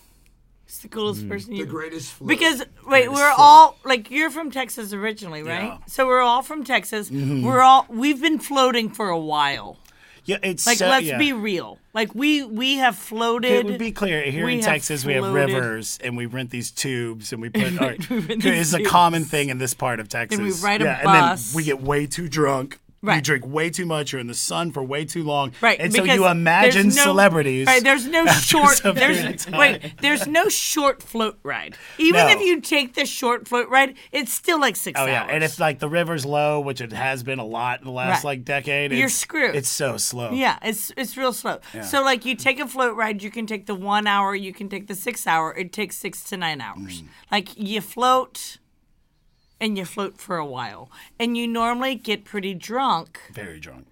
S1: Who's the coolest
S4: Hmm.
S1: person
S3: the
S1: you
S3: greatest float.
S1: Because wait, we're
S3: soul.
S1: all like you're from Texas originally, right?
S4: Yeah. Mm-hmm.
S1: So we're all from Texas. We're all we've been floating for a while.
S4: Yeah, it's
S1: Like
S4: so-
S1: let's
S4: yeah.
S1: be real. Like we we have floated.
S4: It would be clear here
S1: we
S4: in
S1: have
S4: Texas we have
S1: floated.
S4: rivers and we rent these tubes and we put our,
S1: rent
S4: it's
S1: these
S4: a common thing in this part of Texas.
S1: we ride a
S4: yeah, and
S1: bus.
S4: then we get way too drunk. You
S1: Right.
S4: drink way too much. You're in the sun for way too long.
S1: Right,
S4: And so
S1: because
S4: you imagine
S1: there's no-
S4: celebrities.
S1: Right, there's no short.
S4: some period
S1: There's
S4: of
S1: wait, there's no short float ride. Even
S4: No.
S1: if you take the short float ride, it's still like six
S4: Oh
S1: hours.
S4: yeah, and if like the river's low, which it has been a lot in the last
S1: Right.
S4: like decade,
S1: You're
S4: it's-
S1: screwed.
S4: It's so slow.
S1: Yeah, it's it's real slow. So like you take a float ride, you can take the one hour, you can take the six hour. It takes six to nine hours.
S4: Mm.
S1: Like you float, and you float for a while, and you normally get pretty drunk.
S4: very drunk.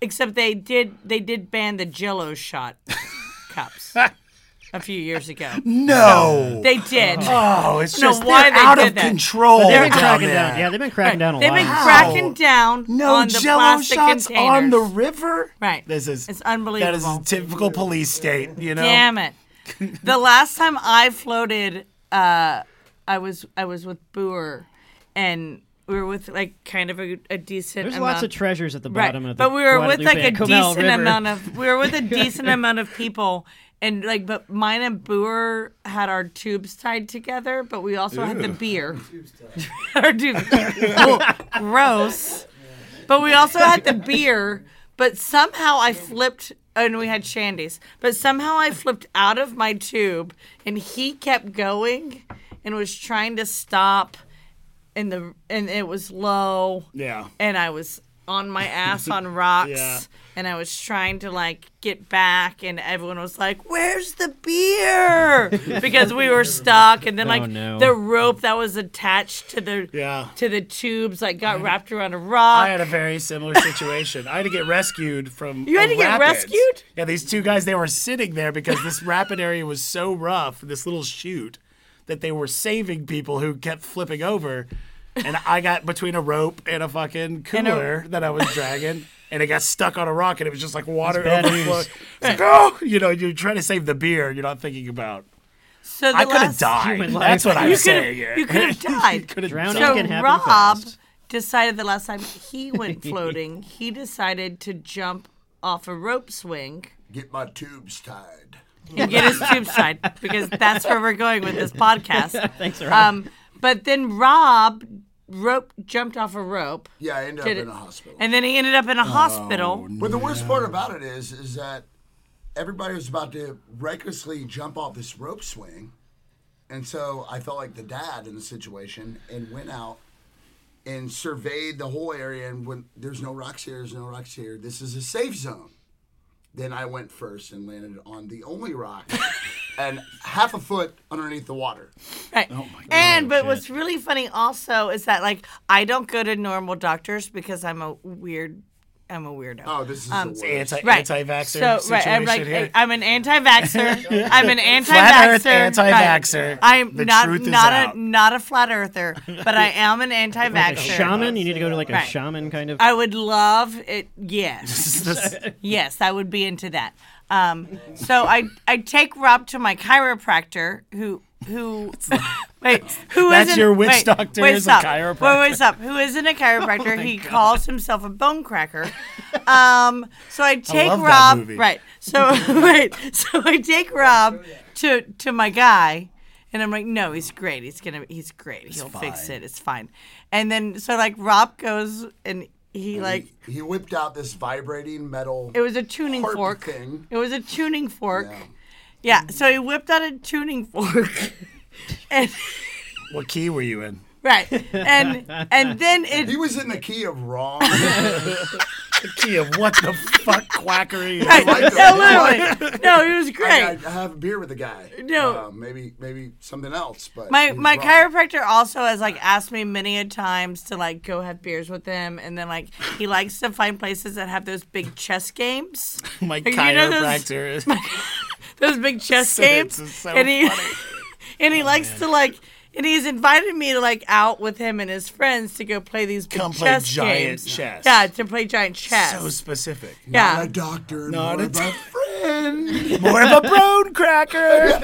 S1: Except they did they did ban the Jello shot cups a few years ago.
S4: No.
S1: They did.
S4: Oh, it's
S1: know
S4: just
S1: why
S4: they're
S1: they
S4: out
S1: did
S4: of
S1: that.
S4: control.
S5: They've been
S4: down
S5: cracking
S4: there.
S5: down. Yeah, they've been cracking down a
S1: They've
S5: lot.
S1: been
S5: Wow.
S1: cracking down
S4: No
S1: on the
S4: jello
S1: plastic
S4: shots on the
S1: containers.
S4: river?
S1: Right.
S4: This is
S1: It's unbelievable.
S4: That is a typical police state, you know?
S1: Damn it! the last time I floated, uh, I was I was with Boer, and we were with like kind of a, a decent.
S5: There's
S1: amount.
S5: lots of treasures at the
S1: right,
S5: bottom of the
S1: but we were with
S5: Guadalupe
S1: like a
S5: Comal
S1: decent
S5: River.
S1: amount of we were with a decent amount of people. And like, but mine and Boer had our tubes tied together, but we also had the beer. our tubes. oh, gross. But we also had the beer. But somehow I flipped, and we had shandies. But somehow I flipped out of my tube, and he kept going, and was trying to stop, and the and it was low,
S4: Yeah.
S1: and I was on my ass on rocks.
S4: Yeah.
S1: And I was trying to like get back, and everyone was like, "Where's the beer?" Because we were stuck, and then like
S5: no.
S1: the rope that was attached to the
S4: Yeah.
S1: to the tubes like got wrapped around a rock.
S4: I had a very similar situation. I had to get rescued from.
S1: You had
S4: a
S1: to get
S4: rapids.
S1: rescued?
S4: Yeah, these two guys they were sitting there because this rapid area was so rough, this little chute, that they were saving people who kept flipping over, and I got between a rope and a fucking
S1: And a-
S4: cooler that I was dragging. And it got stuck on a rock, and it was just like water
S5: bad
S4: overflow.
S5: news.
S4: It's like, oh, you know, you're trying to save the beer. You're not thinking about.
S1: so the
S4: I could have
S1: last-
S4: died.
S5: human
S4: That's
S5: life.
S4: what I'm
S1: You could
S4: saying.
S1: have you could have died.
S4: could have
S5: Drowning
S1: so
S5: can happen
S1: Rob
S5: fast.
S1: decided the last time he went floating, he decided to jump off a rope swing
S3: get my tubes tied.
S1: and get his tube side because that's where we're going with this podcast.
S5: Thanks, Rob.
S1: Um, but then Rob rope jumped off a rope,
S3: Yeah, I ended up
S1: Did it-
S3: in a hospital.
S1: and then he ended up in a
S4: Oh,
S1: hospital.
S3: But the worst part about it is, is that everybody was about to recklessly jump off this rope swing, and so I felt like the dad in the situation and went out and surveyed the whole area and went, "There's no rocks here. There's no rocks here. This is a safe zone." Then I went first and landed on the only rock, and half a foot underneath the water.
S1: Right.
S4: oh,
S1: And
S5: Oh,
S1: but what's really funny also is that like I don't go to normal doctors because I'm a weird I'm a weirdo.
S3: Oh, this is the
S1: Um,
S3: worst.
S4: Anti,
S1: Right.
S4: anti-vaxxer
S1: So right,
S4: situation
S1: I'm like
S4: here.
S1: I'm an anti-vaxxer. I'm an anti-vaxxer.
S4: Flat Earth anti-vaxxer.
S1: Right. I'm
S4: The
S1: not
S4: truth is
S1: not
S4: out.
S1: a not a flat earther, but I am an anti-vaxxer.
S5: like a shaman, you need to go to like a
S1: Right.
S5: shaman kind of.
S1: I would love it. Yes.
S4: This-
S1: Yes, I would be into that. Um, so I I take Rob to my chiropractor who who wait who
S4: That's
S1: isn't-
S4: your witch
S1: wait,
S4: doctor
S1: wait,
S4: is a
S1: stop.
S4: chiropractor. Oh
S1: Wait, wait, stop. Who isn't a chiropractor? he calls himself a bone cracker. Um, so I take
S4: love that
S1: Rob
S4: movie.
S1: right. So wait, so I take Rob to to my guy. And I'm like, no, he's great. He's gonna, he's great. He'll fix
S4: fine.
S1: it. It's fine. And then, so like, Rob goes and he like
S3: he, he whipped out this vibrating metal.
S1: it was a tuning
S3: harp
S1: fork.
S3: thing.
S1: It was a tuning fork.
S3: Yeah.
S1: Yeah. so he whipped out a tuning fork. and
S4: What key were you in?
S1: right. And and then
S3: He
S1: it
S3: was in the key of wrong.
S4: The key of what the fuck quackery?
S3: Like the-
S1: Absolutely. No, it was
S3: I,
S1: great.
S3: I, I have a beer with the guy.
S1: No.
S3: Uh, maybe maybe something else. But
S1: My
S3: he was
S1: my
S3: wrong.
S1: chiropractor also has like asked me many a times to like go have beers with him, and then like he likes to find places that have those big chess games,
S4: My
S1: You know those-
S4: chiropractor is
S1: those big chess
S4: Sentence
S1: games,
S4: is so
S1: and he and
S4: Oh,
S1: he likes to like. And he's invited me to like out with him and his friends to go play these big
S4: Come play
S1: chess
S4: giant
S1: games.
S4: chess.
S1: Yeah, to play giant chess.
S4: so specific.
S1: yeah.
S3: A doctor,
S4: Not
S3: not
S4: a
S3: a friend.
S4: More of a brown cracker.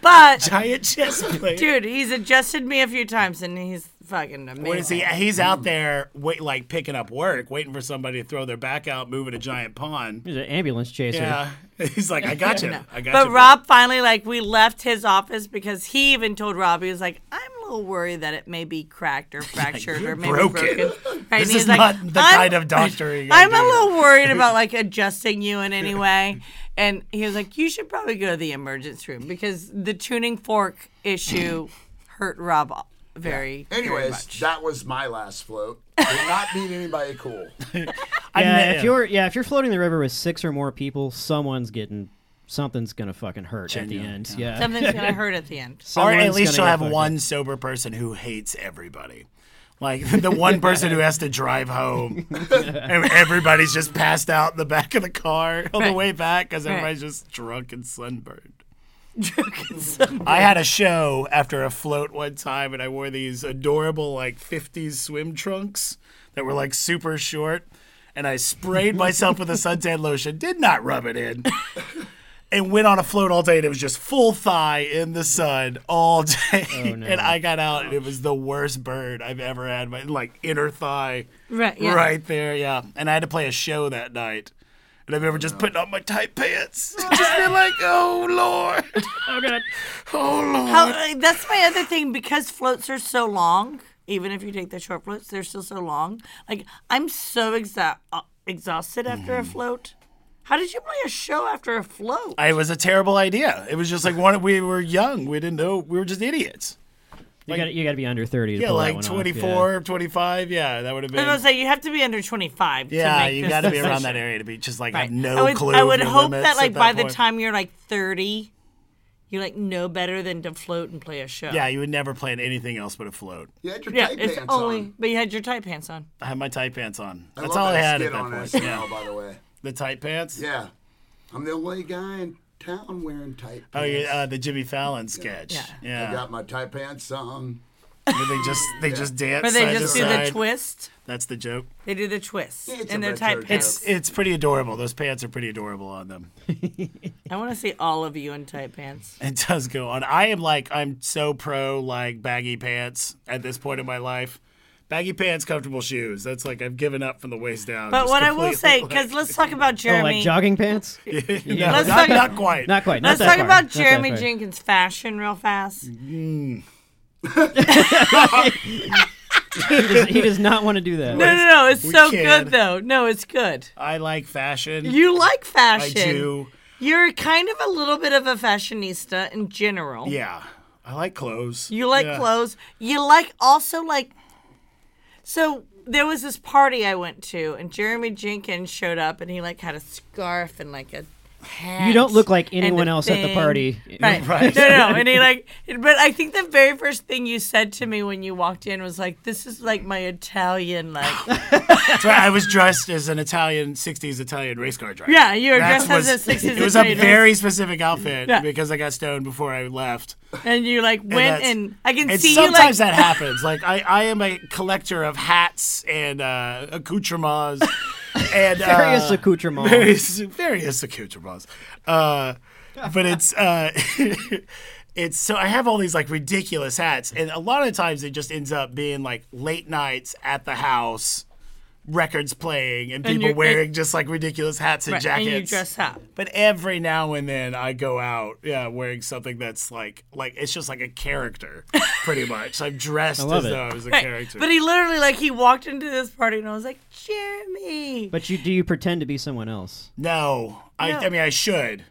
S1: But
S4: Giant chess player.
S1: dude, he's adjusted me a few times and he's fucking amazing.
S4: What is he? He's out there, wait, like picking up work, waiting for somebody to throw their back out, moving a giant pond.
S5: He's an ambulance chaser.
S4: Yeah, he's like, I got you, I got you.
S1: But
S4: bro."
S1: Rob finally, like, we left his office because he even told Rob, he was like, I'm a little worried that it may be cracked or fractured or maybe
S4: broken.
S1: broken. Right?
S4: This
S1: and he's
S4: is
S1: like,
S4: not the
S1: "I'm-
S4: kind of doctor you're
S1: I'm a
S4: doing."
S1: little worried about, like, adjusting you in any way. And he was like, You should probably go to the emergency room because the tuning fork issue hurt Rob very, very
S3: Anyways,
S1: much.
S3: that was my last float. Did not meet anybody cool.
S4: I
S5: Yeah,
S4: met
S5: if
S4: him.
S5: you're yeah, if you're floating the river with six or more people, someone's getting something's gonna fucking hurt at the
S4: Genuine,
S5: end. Yeah.
S1: Something's going to hurt at the end.
S4: or at
S5: Someone's
S4: least
S5: gonna
S4: you'll
S5: get
S4: have
S5: fucked
S4: one sober person who hates everybody. Like the one person who has to drive home, and everybody's just passed out in the back of the car on the
S1: Right.
S4: way back because
S1: Right.
S4: everybody's just drunk and sunburned. I had a show after a float one time, and I wore these adorable like '50s swim trunks that were like super short, and I sprayed myself with a suntan lotion. Did not rub it in. And went on a float all day, and it was just full thigh in the sun all day.
S1: Oh,
S5: no.
S4: And I got out, and it was the worst bird I've ever had. My like inner thigh,
S1: Right, yeah.
S4: right there, yeah. And I had to play a show that night, and I remember just putting on my tight pants, just being like, "Oh Lord,
S5: Oh god.
S4: oh Lord."
S1: How, uh, that's my other thing because floats are so long. Even if you take the short floats, they're still so long. Like I'm so exa- uh, exhausted after a float. How did you play a show after a float?
S4: Mm. I- It was a terrible idea. It was just like one. We were young. We didn't know. We were just idiots.
S5: You gotta you gotta be under thirty to
S4: Yeah,
S5: pull that
S4: like
S5: one off, Oh,
S4: 24, 25. Yeah, that would have
S1: I was gonna
S4: been.
S1: say you have to be under 25. to
S4: Yeah,
S1: make
S4: you
S1: this
S4: got to be around that
S1: decision.
S4: area to be just like
S1: Right.
S4: have no
S1: I would,
S4: clue.
S1: I
S4: of
S1: would
S4: your
S1: hope
S4: limits
S1: that like
S4: at
S1: by the
S4: point.
S1: time you're like 30, you like know better than to float and play a show.
S4: Yeah, you would never plan anything else but a float.
S3: You had your
S1: yeah.
S3: tight
S1: It's
S3: pants
S1: only
S3: on.
S1: but you had your tight pants on.
S4: I had my tight pants on.
S3: I
S4: That's
S3: love
S4: all I
S3: that
S4: had
S3: skit
S4: at that
S3: on
S4: point.
S3: SNL,
S4: Yeah,
S3: by the way.
S4: the tight pants.
S3: Yeah, I'm the only guy in town wearing tight pants.
S4: Oh, yeah, uh, the Jimmy Fallon sketch. Yeah,
S1: Yeah.
S3: I got my tight pants on.
S4: Where they just they just dance.
S1: Or they
S4: side
S1: just
S4: to
S1: do the
S4: side.
S1: twist.
S4: That's the joke.
S1: They do the twist
S3: It's a
S1: in their
S3: retro
S1: tight
S3: joke.
S1: pants.
S4: It's it's pretty adorable. Those pants are pretty adorable on them.
S1: I want to see all of you in tight pants.
S4: It does go on. I am like I'm so pro like baggy pants at this point in my life. Baggy pants, comfortable shoes. That's like I've given up from the waist down.
S1: But
S4: Just
S1: what I will say,
S4: completely,
S1: because let's talk about
S5: yeah. Oh,
S1: Jeremy.
S5: like jogging pants?
S4: like,
S5: Yeah.
S4: no,
S1: let's
S4: not,
S1: talk-
S4: not quite.
S5: Not quite. not
S1: let's
S5: that
S1: talk
S5: far,
S1: about
S5: not that
S1: Jeremy
S5: far.
S1: Jenkins' fashion real fast.
S5: He does, he does not want to do that.
S1: No, no, no. It's so
S4: can.
S1: good though. No, it's good.
S4: I like fashion.
S1: You like
S4: I
S1: fashion.
S4: do.
S1: You're kind of a little bit of a fashionista in general.
S4: Yeah, I like clothes.
S1: You like
S4: Yeah.
S1: clothes. You like also like. So there was this party I went to, and Jeremy Jenkins showed up, and he like had a scarf and like a. Hat
S5: You don't look like
S1: and a
S5: anyone else at the
S1: thing.
S5: party.
S1: Right.
S4: Right.
S1: No, no. And he like, but I think the very first thing you said to me when you walked in was like, "This is like my Italian, like,
S4: That's right. I was dressed as an Italian '60s Italian race car driver.
S1: yeah, you were
S4: That
S1: dressed as
S4: was-
S1: a sixties
S4: It was a very specific outfit
S1: Yeah.
S4: because I got stoned before I left.
S1: and you like went
S4: that's-
S1: and, I can
S4: And
S1: see you like,
S4: sometimes that happens. Like I, I am a collector of hats and uh, accoutrements and uh,
S5: Various accoutrements.
S4: various, various accoutrements. Uh, but it's uh, it's so I have all these like ridiculous hats, and a lot of times it just ends up being like late nights at the house records playing and
S1: And
S4: people
S1: you're-
S4: wearing just like ridiculous hats and
S1: Right, and
S4: jackets.
S1: you dress up.
S4: But every now and then I go out, yeah, wearing something that's like like it's just like a character, pretty much. I'm dressed
S5: love
S4: as
S5: it.
S4: though I was a
S1: Right.
S4: character.
S1: But he literally, like, he walked into this party and I was like, Jeremy.
S5: But you do you pretend to be someone else?
S4: no, I,
S1: No.
S4: I mean I should.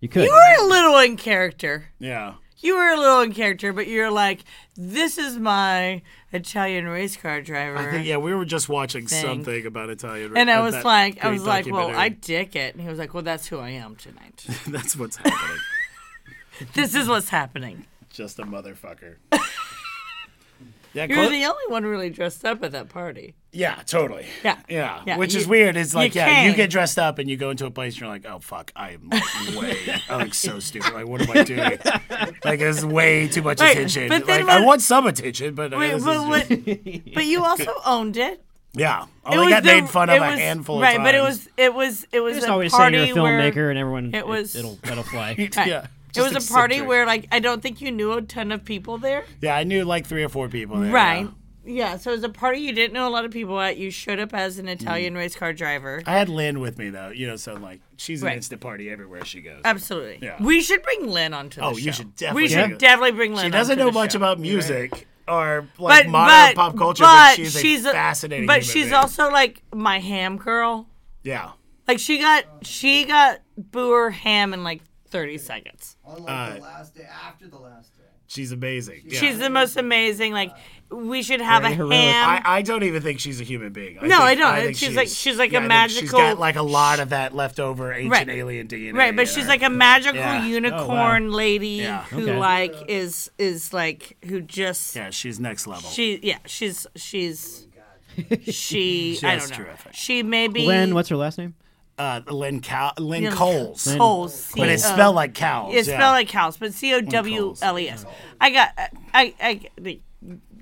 S5: You could.
S1: you were a little in character.
S4: Yeah.
S1: You were a little in character, but you're like, this is my Italian race car driver.
S4: I think yeah, we were just watching
S1: Thing.
S4: something about Italian.
S1: And I
S4: uh,
S1: was
S4: that
S1: like, I
S4: great
S1: was like, well, I
S4: documentary.
S1: dick it. And he was like, well, that's who I am tonight.
S4: that's what's happening.
S1: this is what's happening.
S4: just a motherfucker. yeah,
S1: You
S4: clo-
S1: were the only one really dressed up at that party.
S4: yeah, totally.
S1: Yeah.
S4: Yeah,
S1: Yeah,
S4: which
S1: you-
S4: is weird. It's like, yeah, you
S1: can.
S4: get dressed up and you go into a place and you're like, oh fuck, I am like, way, I'm like so stupid. Like, what am I doing? like, there's way too much
S1: Wait,
S4: attention.
S1: but then
S4: like, I
S1: when-
S4: want some attention, but, uh,
S1: Wait,
S4: this
S1: but,
S4: is-
S1: what, but you also owned it.
S4: yeah, I
S1: It
S4: only
S1: was
S4: got
S1: the-
S4: made fun of
S1: it
S4: a
S1: was-
S4: handful
S1: right,
S4: of times.
S1: but it was it was it was
S5: just
S1: a
S5: always saying
S1: party
S5: you're a filmmaker
S1: where,
S5: and everyone
S1: it was-
S5: it, will it'll fly.
S1: right.
S4: yeah.
S1: it was
S4: just
S1: a party
S4: eccentric.
S1: where like I don't think you knew a ton of people there.
S4: yeah, I knew like three or four people. There,
S1: Right.
S4: yeah.
S1: Yeah, so it was a party you didn't know a lot of people at. You showed up as an
S4: Mm.
S1: Italian race car driver.
S4: I had Lynn with me though, you know, so like she's an
S1: Right.
S4: instant party everywhere she goes.
S1: Absolutely.
S4: Yeah.
S1: We should bring Lynn onto the
S4: Oh,
S1: show.
S4: you should definitely
S1: We should
S4: bring-
S1: definitely bring Lynn.
S4: She doesn't
S1: onto
S4: know
S1: the
S4: much
S1: show.
S4: about music or like
S1: But-
S4: modern
S1: but-
S4: pop culture, but, she's, a
S1: a-
S4: fascinating.
S1: But
S4: human
S1: she's
S4: being.
S1: also like my ham girl.
S4: yeah.
S1: Like she got she got Boer ham in like 30 seconds.
S2: On like the last day, after the last day.
S4: She's amazing. Yeah.
S1: She's the most amazing. Like we should have
S5: Very
S1: a
S5: heroic.
S1: ham.
S4: I, I don't even think she's a human being. I
S1: um, No,
S4: think,
S1: I don't.
S4: think
S1: She's like- she's like a
S4: I think She's
S1: magical-
S4: got like a lot of that leftover ancient
S1: Right.
S4: alien DNA.
S1: right,
S4: in
S1: but she's
S4: her.
S1: like a magical
S4: Yeah. Oh,
S1: unicorn lady
S4: Yeah.
S1: who
S5: Okay.
S1: like is is like who just
S4: yeah, she's next level.
S1: she yeah she's she's she I
S4: She's
S1: don't know
S4: terrific.
S1: she may be
S5: Lynn, what's her last name?
S4: uh, Lynn Cow- Lynn
S1: Lynn-
S4: Coles,
S1: Coles
S4: but it's
S1: C O-
S4: spelled like cows.
S1: uh, It's
S4: yeah.
S1: spelled like house, but C O W L E S. I got I I, I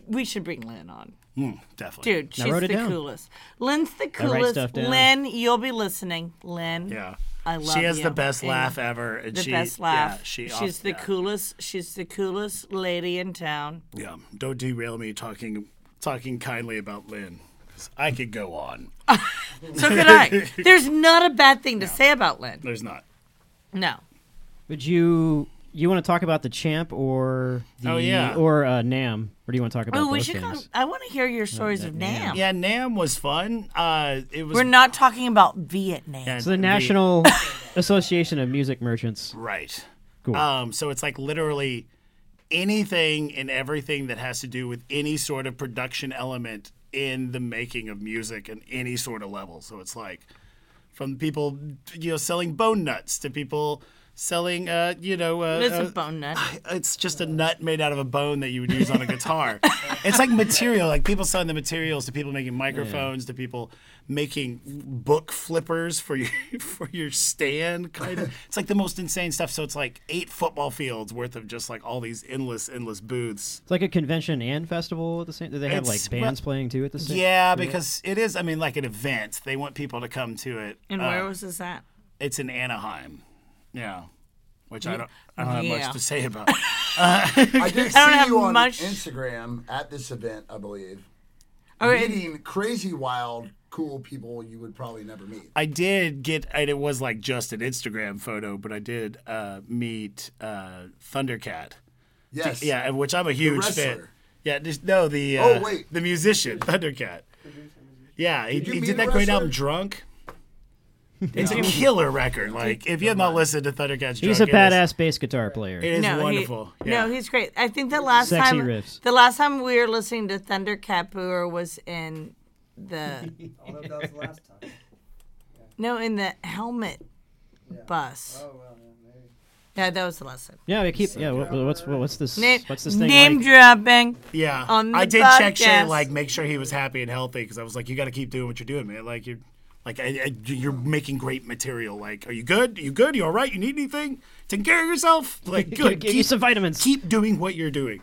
S1: we should bring Lynn on.
S4: Mm, definitely.
S1: Dude, she's
S5: wrote it
S1: the
S5: down.
S1: coolest. Lynn's the
S5: write
S1: coolest.
S5: stuff down.
S1: Lynn, you'll be listening. Lynn.
S4: Yeah.
S1: I love
S4: She has
S1: you.
S4: the best
S1: And
S4: laugh ever, and
S1: The
S4: she
S1: best laugh.
S4: Yeah, she
S1: she's the
S4: yeah.
S1: coolest. She's the coolest lady in town.
S4: Yeah, don't derail me talking talking kindly about Lynn. 'cause I could go on.
S1: So could I. There's not a bad thing to say about Lynn.
S4: There's not.
S1: No.
S5: Would you you want to talk about the champ or the
S4: Oh, yeah.
S5: or uh, Nam? Or do you want to talk about
S1: Oh, we
S5: those
S1: should. Come,
S5: things?
S1: I want to hear your stories of Nam.
S4: Yeah, Nam was fun. Uh, it was.
S1: We're not talking about Vietnam.
S4: and
S5: So the National Association of Music Merchants.
S4: Right.
S5: Cool.
S4: Um, so it's like literally anything and everything that has to do with any sort of production element in the making of music and any sort of level. So it's like from people, you know, selling bone nuts to people selling, uh, you know, uh,
S1: It's a
S4: uh,
S1: bone nut.
S4: it's just a nut made out of a bone that you would use on a guitar. it's like material, like people selling the materials to people making microphones, to people making book flippers for your for your stand. Kind of, it's like the most insane stuff. So it's like eight football fields worth of just like all these endless, endless booths.
S5: It's like a convention and festival at the same. Do they have
S4: It's-
S5: like bands playing too at the same?
S4: Yeah, because it is. I mean, like an event. They want people to come to it.
S1: And
S4: Uh,
S1: where was this at?
S4: it's in Anaheim. Yeah, which I don't. I don't have
S1: Yeah.
S4: much to say about.
S3: I did see
S1: I don't have
S3: you on
S1: much-
S3: Instagram at this event, I believe,
S1: Okay.
S3: meeting crazy, wild, cool people you would probably never meet.
S4: I did get, and it was like just an Instagram photo, but I did uh, meet uh, Thundercat.
S3: Yes.
S4: Yeah, and which I'm a huge fan.
S3: wrestler.
S4: Yeah, just, no, the uh,
S3: Oh, wait.
S4: the musician Thundercat. Yeah, he
S3: Did you
S4: he
S3: meet
S4: did
S3: the
S4: that great
S3: wrestler?
S4: album Drunk. It's a killer record. Like if you have not listened to Thundercat's,
S5: He's a
S4: Drunk, it is-
S5: badass bass guitar player.
S4: It is
S1: he-
S4: wonderful. yeah.
S1: No, he's great. I think the last
S5: Sexy
S1: time
S5: riffs.
S1: the last time we were listening to Thundercat Brewer was in the
S2: I don't know if that was the last time.
S1: no in the helmet bus.
S2: Oh well, yeah, maybe.
S1: Yeah, that was the last time.
S5: yeah, they keep. Yeah, what, what's what, what's this?
S1: Name,
S5: what's this thing?
S1: name
S5: like?
S1: dropping.
S4: Yeah,
S1: on
S4: I
S1: the
S4: did check Shay,
S1: podcast.
S4: like make sure he was happy and healthy because I was like, you got to keep doing what you're doing, man. Like you're, like I, I, you're making great material. Like, are you good? Are you good? You all right? You need anything? Take care of yourself. Like,
S5: Give-
S4: good.
S5: give
S4: keep,
S5: you some vitamins.
S4: keep doing what you're doing,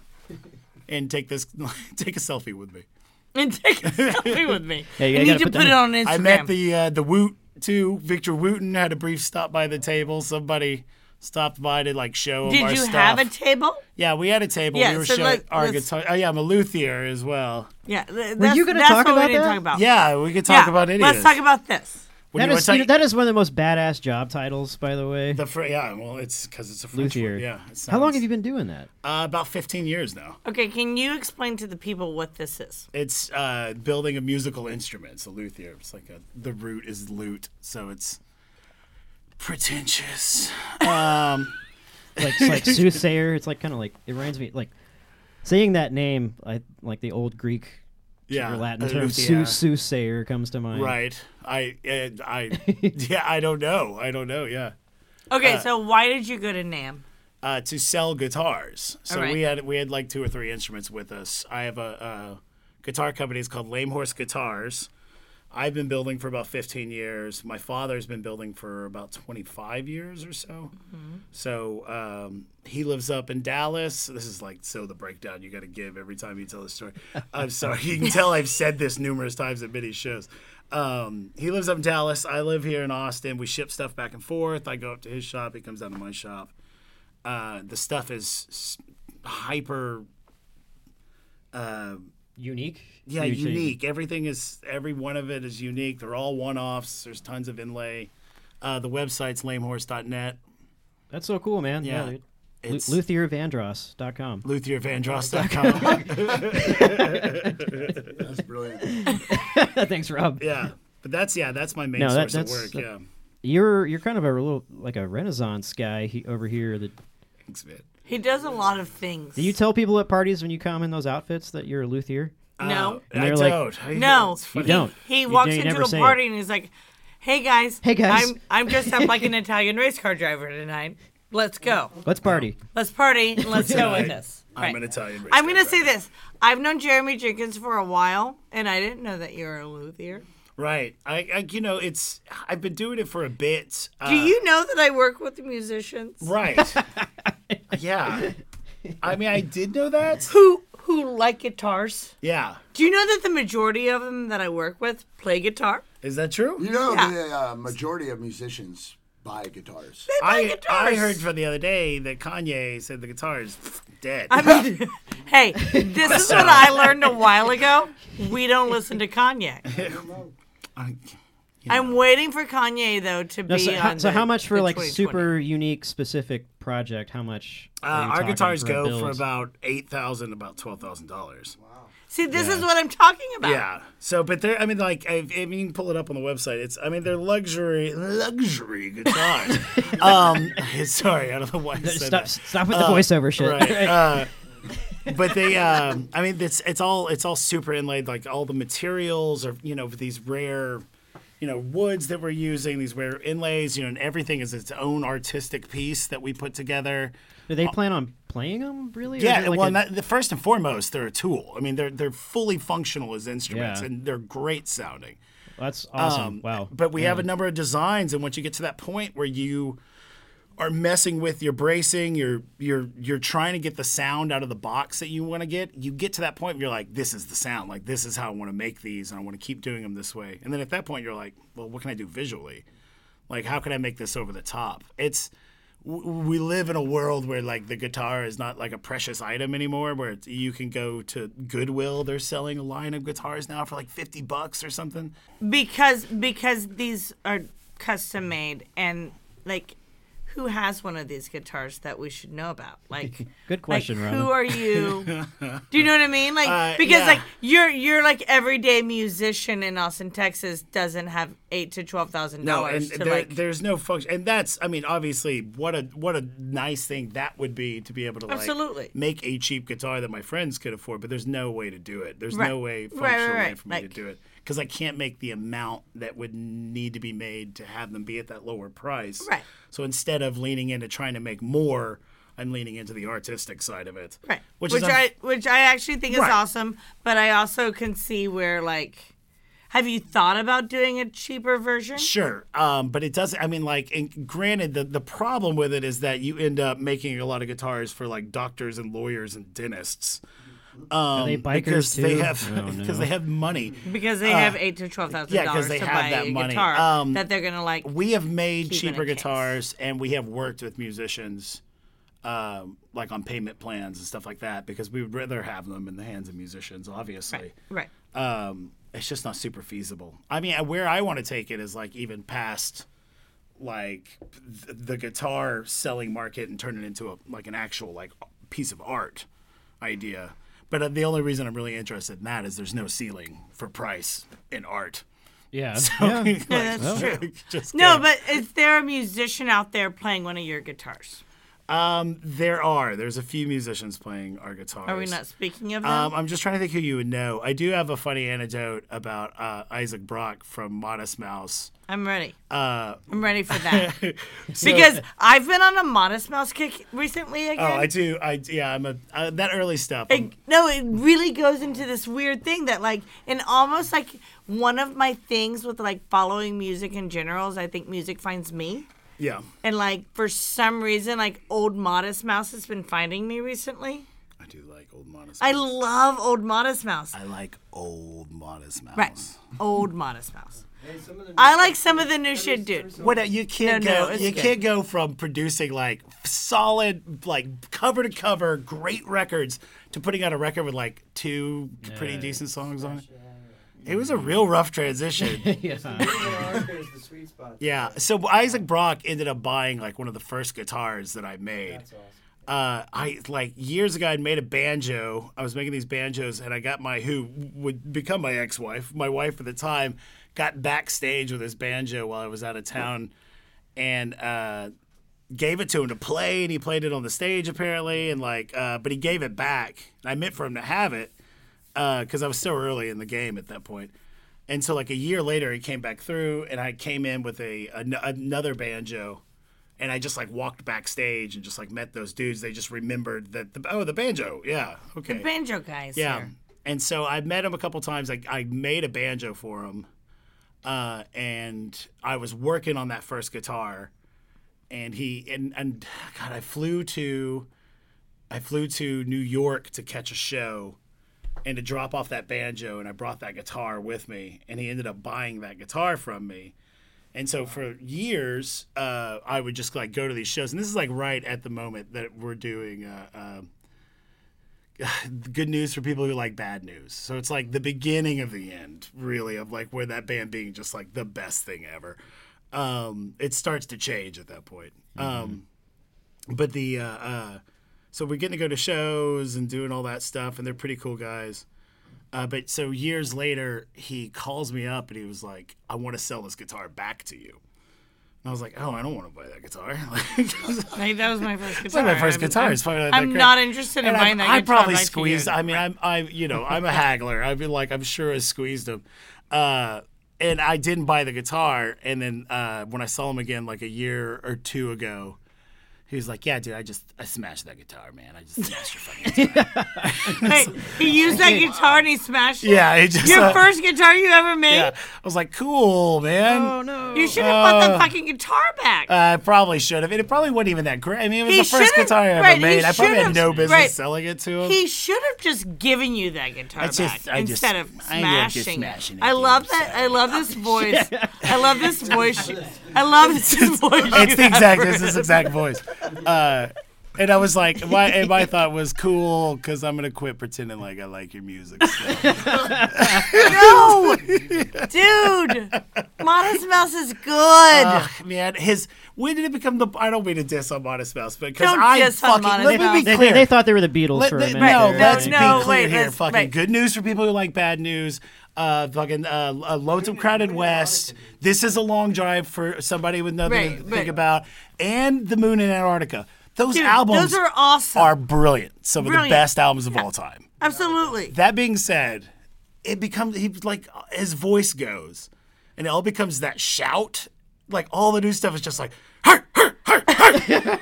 S4: and take this, take a selfie with me.
S1: And take a selfie with me.
S5: Yeah, you
S1: I
S5: gotta
S1: need to
S5: put
S1: put
S5: that
S1: it on Instagram.
S4: I met the uh, the Woot too. Victor Wooten had a brief stop by the table. Somebody stopped by to like show him
S1: Did
S4: our
S1: you
S4: stuff.
S1: have a table?
S4: yeah, we had a table.
S1: Yeah,
S4: we were
S1: so
S4: showing
S1: let-
S4: our
S1: let's-
S4: guitar. Oh yeah, I'm a luthier as well.
S1: Yeah.
S5: Were
S1: th- that's,
S5: you gonna
S1: that's
S5: talk
S1: what
S5: about
S1: we didn't
S5: that?
S1: talk about.
S4: Yeah, we could talk
S1: Oh. Yeah,
S4: about any
S1: Let's
S4: of this.
S1: talk about this.
S4: When
S5: That
S4: you
S5: is,
S4: wanna
S5: you know, that is one of the most badass job titles, by the way.
S4: the fr- yeah, well, it's because it's a French
S5: Luthier.
S4: word. Yeah. it
S5: How long
S4: sounds-
S5: have you been doing that?
S4: Uh, about 15 years now.
S1: Okay, can you explain to the people what this is?
S4: It's uh, building a musical instrument. It's a luthier. It's like a, the root is lute, so it's pretentious. Um,
S5: Like, it's like soothsayer. It's like kind of like it reminds me like saying that name. I like the old Greek
S4: yeah,
S5: or Latin
S4: a
S5: term
S4: luthier.
S5: soo- soothsayer comes to mind.
S4: Ah, Right. I. and I. yeah. I don't know. I don't know. Yeah.
S1: Okay, so why did you go to NAM?
S4: uh, to sell guitars. So
S1: All right.
S4: we had we had like two or three instruments with us. I have a, a guitar company. It's called Lame Horse Guitars. I've been building for about 15 years. My father's been building for about 25 years or so. So um, he lives up in Dallas. This is like so the breakdown you got to give every time you tell a story. I'm sorry. You can tell I've said this numerous times at many shows. Um, he lives up in Dallas. I live here in Austin. We ship stuff back and forth. I go up to his shop. He comes down to my shop uh, the stuff is s- hyper
S5: Unique.
S4: yeah
S5: Usually-
S4: unique everything is every one of it is unique they're all one-offs there's tons of inlay uh, the website's lamehorse.net
S5: That's so cool, man. Yeah.
S4: Yeah.
S5: dude. Lu-
S4: it's
S5: LuthierVandross.com.
S4: luthiervandross.com
S3: That's brilliant.
S5: Thanks, Rob.
S4: yeah but that's yeah that's my main
S5: No, that-
S4: source
S5: that's-
S4: of work
S5: that-
S4: yeah
S5: You're you're kind of a little like a Renaissance guy he, over here. That
S4: thanks man
S1: He does a lot of things.
S5: do you tell people at parties when you come in those outfits that you're a luthier?
S1: no.
S4: Uh, i
S5: they're like,
S4: don't I-
S1: no.
S4: it's funny.
S5: You uh, don't.
S1: He
S5: You-
S1: walks
S5: you
S1: into
S5: never
S1: a
S5: say it.
S1: party and he's like, "Hey guys,
S5: Hey, guys."
S1: I'm I'm dressed up like an Italian race car driver tonight. Let's go.
S5: Let's party.
S1: Let's party and let's go with
S4: Tonight,
S1: this."
S4: i'm
S1: Right.
S4: an italian race
S1: I'm gonna
S4: driver.
S1: say this. I've known Jeremy Jenkins for a while, and I didn't know that you were a luthier.
S4: right I, I you know it's i've been doing it for a bit uh,
S1: Do you know that I work with musicians
S4: right yeah i mean i did know that
S1: who who like guitars?
S4: yeah
S1: Do you know that the majority of them that I work with play guitar?
S4: Is that true?
S3: You know,
S1: Yeah.
S3: the uh, majority of musicians buy guitars.
S4: I,
S1: guitars.
S4: I heard from the other day that Kanye said the guitar is dead.
S1: Hey, this is what I learned a while ago. We don't listen to Kanye.
S4: I-
S1: I'm waiting for Kanye though to
S5: No,
S1: be
S5: so, how,
S1: on.
S5: so
S1: the-
S5: how much for
S1: the
S5: like
S1: 2020.
S5: super unique specific project? How much?
S4: uh,
S5: are you
S4: our
S5: talking
S4: guitars
S5: for a
S4: go for
S5: build?
S4: about eight thousand, about twelve thousand dollars.
S1: See, this is what I'm talking about.
S4: Yeah. So, but they're I mean, like I, I mean, you can pull it up on the website. It's I mean, they're luxury, luxury guitars. um, sorry, I don't know why. I said
S5: Stop!
S4: that.
S5: Stop with the voiceover shit.
S4: Uh, right. Uh, but they, um, I mean, it's it's all it's all super inlaid. Like all the materials are, you know, these rare, you know, woods that we're using. These rare inlays, you know, and everything is its own artistic piece that we put together.
S5: Do they plan on playing them? Really? Or is
S4: Yeah,
S5: it like
S4: well,
S5: a-
S4: that, the first and foremost, they're a tool. I mean, they're they're fully functional as instruments,
S5: Yeah.
S4: and they're great sounding.
S5: that's awesome.
S4: Um,
S5: wow.
S4: But we have a number of designs, and once you get to that point where you are messing with your bracing, you're you're you're trying to get the sound out of the box that you want to get. You get to that point where you're like, this is the sound. Like this is how I want to make these, and I want to keep doing them this way. And then at that point, you're like, well, what can I do visually? Like, how can I make this over the top? It's w- we live in a world where like the guitar is not like a precious item anymore where it's, you can go to goodwill they're selling a line of guitars now for like 50 bucks or something
S1: Because because these are custom made and like who has one of these guitars that we should know about? Like
S5: Good question,
S1: like,
S5: Robin.
S1: Who are you? Do you know what I mean? Like
S4: Uh,
S1: because
S4: yeah.
S1: like you're you're like everyday musician in Austin, Texas doesn't have eight to twelve thousand
S4: No, and
S1: dollars to
S4: there,
S1: like
S4: there's no function, and that's I mean, obviously, what a what a nice thing that would be to be able to like,
S1: Absolutely.
S4: make a cheap guitar that my friends could afford, but there's no way to do it. There's
S1: Right.
S4: no way
S1: Right,
S4: functional
S1: right,
S4: way
S1: right.
S4: for me
S1: Like-
S4: to do it because I can't make the amount that would need to be made to have them be at that lower price.
S1: Right.
S4: So instead of leaning into trying to make more, I'm leaning into the artistic side of it.
S1: Right.
S4: Which,
S1: Which,
S4: is
S1: I which I actually think is
S4: Right.
S1: awesome, but I also can see where like have you thought about doing a cheaper version?
S4: Sure, um, but it doesn't. I mean, like, and granted, the the problem with it is that you end up making a lot of guitars for like doctors and lawyers and dentists, Um,
S5: they bikers
S4: because they
S5: too?
S4: have
S5: Oh,
S4: because
S5: no.
S4: they have money.
S1: Because they have eight to twelve thousand
S4: Uh, yeah,
S1: dollars
S4: 'cause they
S1: to
S4: have
S1: buy
S4: that
S1: a
S4: money.
S1: guitar
S4: Um,
S1: that they're gonna like.
S4: we have made
S1: Keeping
S4: cheaper
S1: a case.
S4: guitars and we have worked with musicians um, like on payment plans and stuff like that because we would rather have them in the hands of musicians obviously
S1: right.
S4: um, it's just not super feasible i mean uh, where i want to take it is like even past like th- the guitar selling market and turn it into a like an actual like piece of art idea but uh, the only reason i'm really interested in that is there's no ceiling for price in art
S5: Yeah.
S4: yeah,
S1: that's true.
S4: just
S1: No,
S4: kidding.
S1: but is there a musician out there playing one of your guitars?
S4: Um, there are. There's a few musicians playing our guitars.
S1: Are we not speaking of them?
S4: Um, I'm just trying to think who you would know. I do have a funny anecdote about uh, Isaac Brock from Modest Mouse.
S1: I'm ready.
S4: Uh,
S1: I'm ready for that because I've been on a Modest Mouse kick recently again.
S4: oh, I do. I yeah. I'm a uh, that early stuff. I'm-
S1: It- no, it really goes into this weird thing that like, and almost like one of my things with like following music in general is I think music finds me,
S4: yeah.
S1: and like for some reason like old Modest Mouse has been finding me recently.
S4: I do like old Modest.
S1: I
S4: Mouse.
S1: love old Modest Mouse.
S4: I like old Modest Mouse.
S1: Right, old Modest Mouse.
S2: Hey, some of the
S1: I like some of the new shit, dude.
S4: What uh, you can't
S1: No, no,
S4: go
S1: it's
S4: you
S1: good.
S4: can't go from producing like solid like cover to cover great records to putting out a record with like two pretty decent songs on it. It was a real rough transition.
S2: America is the sweet spot.
S4: yeah. So Isaac Brock ended up buying like one of the first guitars that I made.
S2: That's awesome.
S4: Uh, I like years ago I'd made a banjo. I was making these banjos and I got my who would become my ex-wife, my wife at the time, got backstage with this banjo while I was out of town and uh gave it to him to play and he played it on the stage apparently and like uh but he gave it back. And I meant for him to have it because I was so early in the game at that point. And so, like a year later, he came back through, and I came in with a an, another banjo, and I just like walked backstage and just like met those dudes. They just remembered that the oh the banjo, yeah, okay,
S1: Banjo guys.
S4: yeah.
S1: here.
S4: And so I met him a couple times. I I made a banjo for him, uh, and I was working on that first guitar, and he and and God, I flew to, I flew to New York to catch a show and to drop off that banjo and I brought that guitar with me and he ended up buying that guitar from me. And so for years, uh, I would just like go to these shows, and this is like right at the moment that we're doing uh, uh, good news for people who like bad news. So it's like the beginning of the end, really, of like where that band being just like the best thing ever. Um, it starts to change at that point. Um, but the uh, uh, so we're getting to go to shows and doing all that stuff, and they're pretty cool guys. Uh, but so years later, he calls me up and he was like, "I want to sell this guitar back to you." And I was like, "Oh, I don't want to buy that guitar." Like,
S1: Like, that was my first guitar.
S4: It's like my first
S1: I'm-
S4: guitar.
S1: I'm-
S4: It's probably not
S1: I'm
S4: that great.
S1: not interested in
S4: And
S1: buying
S4: I,
S1: that
S4: I
S1: guitar
S4: probably
S1: back to
S4: squeezed.
S1: you.
S4: I mean, I'm, I, you know, I'm a haggler. I'd be like, I'm sure I squeezed him. Uh, and I didn't buy the guitar. And then uh, when I saw him again, like a year or two ago, he was like, "Yeah, dude, I just I smashed that guitar, man. I just smashed your fucking guitar."
S1: Hey, he used that guitar and he smashed it.
S4: yeah, he just.
S1: Your
S4: uh,
S1: first guitar you ever made?
S4: Yeah, I was like, "Cool, man."
S5: oh no.
S1: You should have bought
S4: Uh,
S1: that fucking guitar back.
S4: I probably should have. And it probably wasn't even that great. I mean, it was
S1: He
S4: the first
S1: should've-
S4: guitar I ever
S1: right, he
S4: made. I probably had
S1: should've-
S4: no business
S1: right.
S4: selling it to him.
S1: he should have just given you that guitar
S4: I
S1: back
S4: just- I just-
S1: instead of
S4: I ended up just
S1: smashing,
S4: smashing it,
S1: it. I love
S4: dude,
S1: that.
S4: so-
S1: I love this voice. I love this voice. I love this voice.
S4: it's
S1: you
S4: the
S1: have
S4: exact
S1: for
S4: it's this
S1: him.
S4: exact voice. Uh, and I was like, my and my thought was cool because I'm gonna quit pretending like I like your music. So.
S1: No, dude. Modest Mouse is good.
S4: Ugh, man, his when did it become the? I don't mean to diss on Modest Mouse, but because
S1: Don't
S4: I
S1: diss on
S4: fucking
S1: Modest
S4: let me be
S5: They,
S1: Mouse.
S4: clear.
S5: they, they thought they were the Beatles
S4: Let-
S5: for a
S4: let-
S5: minute.
S4: No,
S5: there,
S4: let's
S5: right?
S1: no,
S4: be clear
S1: wait,
S4: here.
S1: let's-
S4: Fucking
S1: right.
S4: good news for people who like bad news. Uh, fucking uh, uh, loads of crowded west. This is a long drive for somebody with nothing
S1: Right,
S4: to think
S1: right.
S4: about. And the moon in Antarctica. Those
S1: Dude,
S4: albums
S1: those are awesome.
S4: are brilliant. Some of
S1: Brilliant.
S4: the best albums of all time.
S1: Absolutely.
S4: That being said, it becomes he like his voice goes, and it all becomes that shout. Like all the new stuff is just like "Hey, hey, hey, hey,"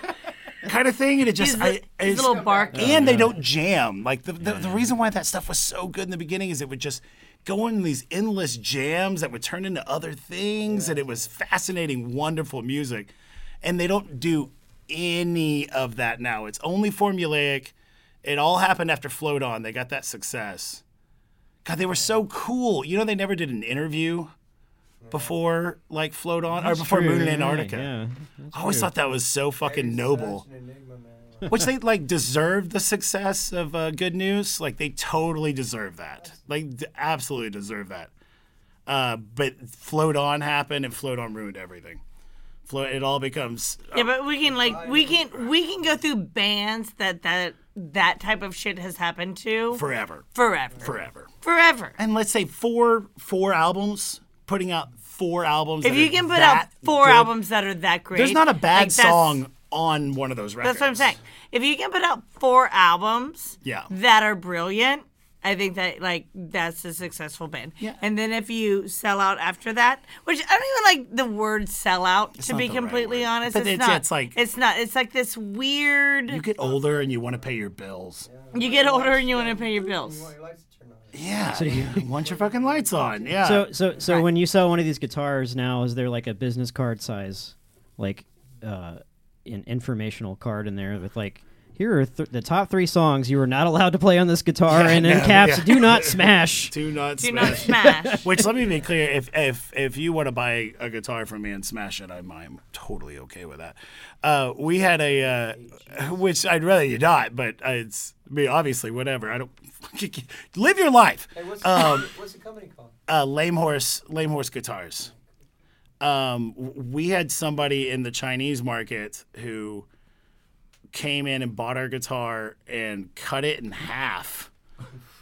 S4: kind of thing, and it just
S1: He's
S4: I,
S1: a- he's a
S4: it's-
S1: little bark.
S4: And they don't jam. Like the the, the reason why that stuff was so good in the beginning is it would just go in these endless jams that would turn into other things, and it was fascinating, wonderful music. And they don't do any of that now. It's only formulaic It all happened after Float On. They got that success. God, they were so cool. You know, they never did an interview before like Float On or before Moon in Antarctica. I always thought that was so fucking noble.
S2: Such an enigma, man.
S4: Which they like deserved the success of uh, Good News. Like they totally deserve that. Like d- absolutely deserve that. Uh, but Float On happened and Float On ruined everything. Float. It all becomes.
S1: Yeah, but we can like we can we can go through bands that that that type of shit has happened to
S4: Forever,
S1: forever,
S4: forever.
S1: forever.
S4: and let's say four four albums, putting out four albums.
S1: If
S4: that
S1: you
S4: are
S1: can put out
S4: that
S1: four
S4: good-
S1: albums that are that great,
S4: there's not a bad
S1: like, that's-
S4: song on one of those records.
S1: That's what I'm saying. If you can put out four albums,
S4: Yeah.
S1: that are brilliant, I think that like that's a successful band.
S4: Yeah.
S1: And then if you sell out after that, which I don't even like the word sell out to
S4: not
S1: be
S4: the right
S1: completely
S4: word.
S1: honest.
S4: But
S1: it's,
S4: it's-
S1: not.
S4: it's like-
S1: it's not. It's like this weird.
S4: You
S1: You,
S4: get older and you want to pay your bills.
S1: get older and you want to pay your bills.
S2: Your lights turn on.
S4: Yeah, you want your fucking lights on. Yeah.
S5: So so so when you sell one of these guitars now, is there like a business card size, like uh, an informational card in there with like. Here are th- the top three songs you were not allowed to play on this guitar, and in
S4: no,
S5: caps,
S4: yeah.
S5: do not smash.
S4: do not
S1: Do
S4: smash.
S1: not smash.
S4: Which let me be clear: if if if you want to buy a guitar from me and smash it, I'm I'm totally okay with that. Uh, we had a, uh, which I'd rather you not, but uh, it's I mean, obviously whatever. I don't live your life.
S2: Hey, what's, the, what's the company called?
S4: Um, uh, lame horse lame horse guitars. Um, w- we had somebody in the Chinese market who came in and bought our guitar and cut it in half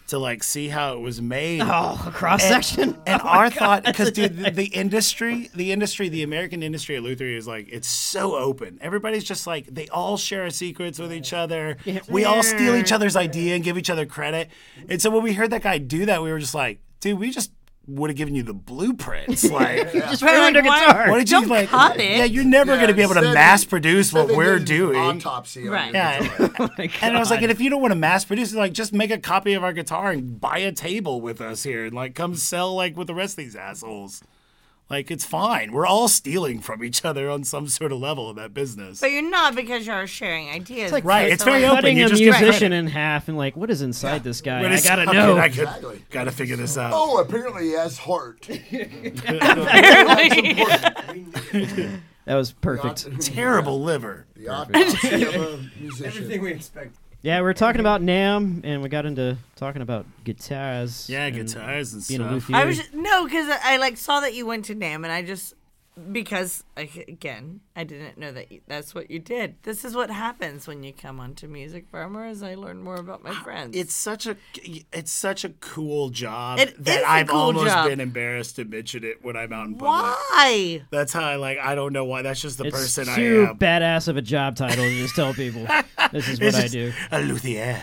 S4: to like see how it was made.
S5: Oh, cross section.
S1: Oh
S4: And our thought, because dude, the, the industry, the industry, the American industry at Luther is like it's so open. Everybody's just like they all share our secrets with each other. We all steal each other's idea and give each other credit. And so when we heard that guy do that, we were just like, dude, we just would have given you the blueprints. Like,
S5: Just
S1: Right,
S5: ruined
S1: like,
S5: a
S1: why-
S5: guitar.
S4: what did you like?
S1: cut it.
S4: Yeah, you're never
S3: Yeah,
S4: gonna be able to
S3: instead
S4: mass
S3: they-
S4: produce what
S3: They
S4: we're
S3: did an
S4: doing.
S3: Autopsy. on
S1: Right.
S3: your
S4: Yeah.
S3: guitar.
S4: and-
S5: Oh my God.
S4: And I was like, and if you don't want to mass produce, it, like just make a copy of our guitar and buy a table with us here, and like come sell like with the rest of these assholes. Like it's fine. We're all stealing from each other on some sort of level in that business.
S1: But you're not because you're sharing ideas.
S5: like-
S4: Right, it's very
S1: like-
S4: open.
S5: cutting
S4: You
S5: a
S4: just get
S5: musician
S4: credit.
S5: in half and like, what is inside this guy?
S4: But
S5: I
S4: it's-
S5: gotta
S4: okay,
S5: know.
S4: I could-
S3: Exactly.
S4: Gotta figure this out.
S3: Oh, apparently he has heart.
S5: That was perfect.
S4: Terrible liver.
S3: The autopsy of a musician.
S2: Everything we expect.
S5: Yeah, we were talking about Nam, and we got into talking about guitars.
S4: Yeah,
S5: and
S4: guitars and
S5: Being a
S4: stuff.
S5: luthier.
S1: I was just, no, because I, I like saw that you went to Nam, and I just because like, again I didn't know that you, that's what you did. This is what happens when you come onto Music Farmer. As I learn more about my friends,
S4: It's such a it's such a cool job
S1: It is
S4: that
S1: a
S4: I've
S1: cool
S4: almost
S1: job.
S4: been embarrassed to mention it when I'm out in public.
S1: why
S4: That's how I like. I don't know why. That's just the
S5: it's
S4: person I
S5: too
S4: am.
S5: badass of a job title to just tell people this is what
S4: It's
S5: I
S4: just
S5: do.
S4: A luthier.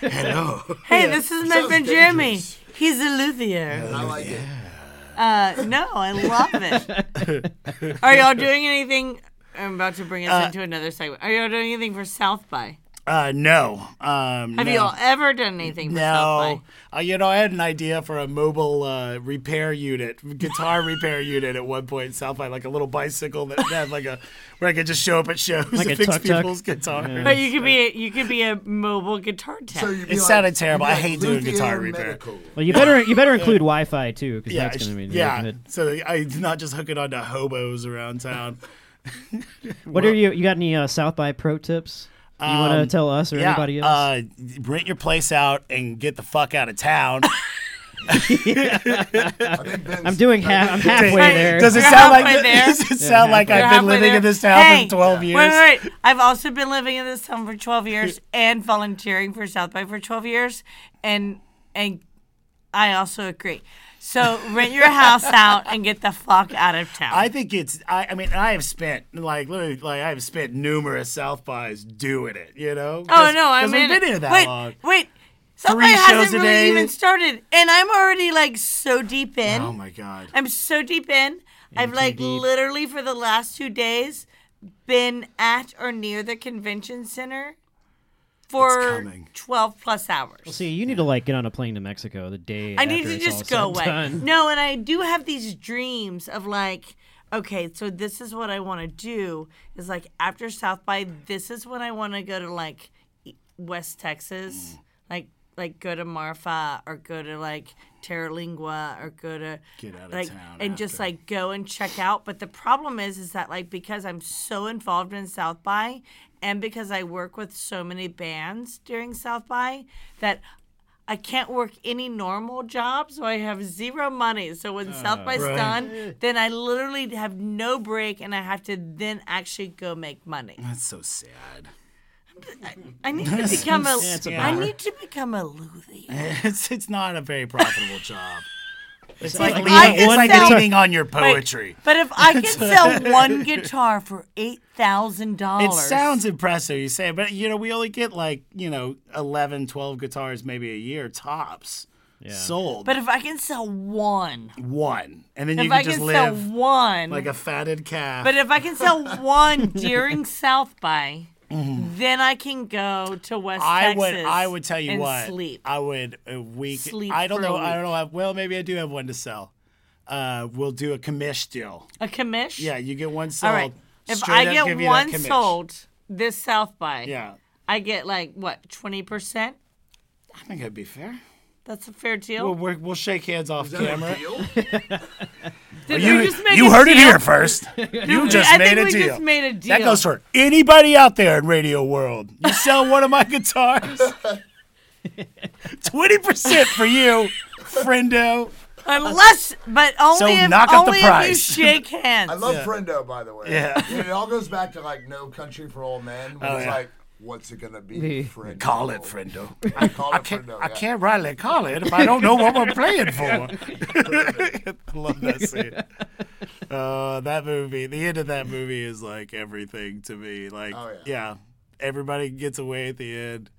S4: Hello.
S1: hey, this is my
S3: Sounds
S1: friend Jeremy.
S3: dangerous.
S1: He's a luthier.
S3: I like it.
S1: Uh, no, I love it. Are y'all doing anything? I'm about to bring us into another segment. Are y'all doing anything for South by?
S4: Uh, no. Um,
S1: Have
S4: no.
S1: y'all ever done anything for South by?
S4: No. Uh, you know, I had an idea for a mobile uh, repair unit, guitar repair unit at one point in South by, like a little bicycle that had like a where I could just show up at shows
S5: Like
S4: and
S5: a
S4: fix
S5: tuk-tuk?
S4: people's guitars.
S1: But you could be a, you could be a mobile guitar tech.
S3: So you'd be
S4: It
S3: like-
S4: sounded terrible.
S3: you'd be
S4: I hate doing
S3: Luthier
S4: guitar repair.
S3: Medical.
S5: Well, you better you better include Wi-Fi too, because
S4: Yeah,
S5: that's
S4: sh-
S5: gonna be
S4: yeah.
S5: good.
S4: So I not just hook it onto hobos around town.
S5: What are you? You got any uh, South by pro tips? You want
S4: Um,
S5: to tell us or
S4: yeah,
S5: anybody else?
S4: Uh, rent your place out and get the fuck out of town.
S3: I think Ben's,
S5: I'm doing half. I'm halfway
S4: Wait,
S5: there.
S4: Does it
S1: You're
S4: sound like
S1: halfway there.
S4: does it sound like
S1: You're
S4: I've been
S1: halfway
S4: living
S1: there.
S4: in this town
S1: Hey,
S4: for twelve years?
S1: Wait, wait, wait. I've also been living in this town for 12 years and volunteering for South by for 12 years. And and I also agree. So rent your house out and get the fuck out of town.
S4: I think it's. I, I mean, I have spent like literally, like I have spent numerous South bys doing it. You know?
S1: oh,
S4: 'Cause-
S1: no, I
S4: 'cause
S1: mean,
S4: we've been here that
S1: wait,
S4: long.
S1: Wait, South
S4: Three
S1: by
S4: shows
S1: hasn't
S4: a
S1: really
S4: day.
S1: even started. And I'm already like so deep in.
S4: Oh my god!
S1: I'm so deep in. I've like
S5: deep.
S1: literally for the last two days been at or near the convention center for
S4: coming.
S1: 12 plus hours.
S5: See, you need to like get on a plane to Mexico the day.
S1: I
S5: after
S1: need to
S5: it's all
S1: just
S5: said
S1: go
S5: and
S1: away.
S5: done.
S1: No, and I do have these dreams of like okay, so this is what I want to do is like after South by, this is when I want to go to like e- West Texas,
S5: Mm.
S1: like like go to Marfa or go to like Terralingua or go to
S4: Get out of
S1: like
S4: town
S1: and just
S4: after.
S1: like go and check out. But the problem is, is that like because I'm so involved in South by, and because I work with so many bands during South by, that I can't work any normal job, so I have zero money. So when South by's
S4: Ah, right.
S1: done, then I literally have no break, and I have to then actually go make money.
S4: That's so sad.
S1: I need to become a.
S5: Yeah, it's a
S1: I
S5: bummer.
S1: need to become a luthier.
S4: It's it's not a very profitable job. It's, like,
S5: like
S4: leaning,
S1: I
S4: it's
S1: can
S4: like
S1: sell-
S4: leaning on your
S1: Wait,
S4: poetry.
S1: But if I can sell one guitar for eight thousand
S4: It
S1: dollars,
S4: sounds impressive, you say, but you know, we only get like, you know, 11, 12 guitars maybe a year tops sold.
S1: But if I can sell one,
S4: one. And then
S1: if
S4: you
S1: I
S4: can just
S1: can sell
S4: live
S1: one,
S4: like a fatted calf.
S1: but if I can sell one during South by, then I can go to West
S4: Mm-hmm. I
S1: Texas.
S4: would I would tell you
S1: and
S4: what.
S1: Sleep.
S4: I would a week
S1: Sleep
S4: I don't
S1: for a
S4: know I
S1: week.
S4: don't know have, well maybe I do have one to sell. Uh, we'll do a commish deal.
S1: a commish.
S4: Yeah, you get one sold.
S1: All right. If
S4: straight
S1: I
S4: up give
S1: get
S4: you that
S1: one
S4: commish.
S1: sold this South by,
S4: Yeah.
S1: I get like what twenty percent.
S4: I think that'd be fair.
S1: That's a fair deal.
S4: We'll, we're, we'll shake hands off
S3: Is that
S4: camera.
S3: a deal?
S1: Did
S4: You,
S1: we just make
S4: you
S1: a
S4: heard it
S1: deal?
S4: here first. You just
S1: I
S4: made
S1: think
S4: a
S1: we
S4: deal.
S1: just made a deal.
S4: That goes for anybody out there in radio world. You sell one of my guitars. Twenty percent for you, friendo.
S1: unless, but only if
S4: knock up the
S1: only if you
S4: price.
S1: shake hands.
S3: I love Prendo, by the way.
S4: Yeah.
S3: And it all goes back to like No Country for Old Men. When
S4: Oh,
S3: it's
S4: yeah.
S3: like, what's it gonna be? Friendo?
S4: Call it friendo.
S3: I call
S4: I
S3: it
S4: can't,
S3: Friendo.
S4: I
S3: yeah.
S4: can't rightly call it if I don't know what we're playing for. I love that scene. Uh, that movie, the end of that movie is like everything to me. Like,
S3: Oh,
S4: yeah. everybody gets away at the end.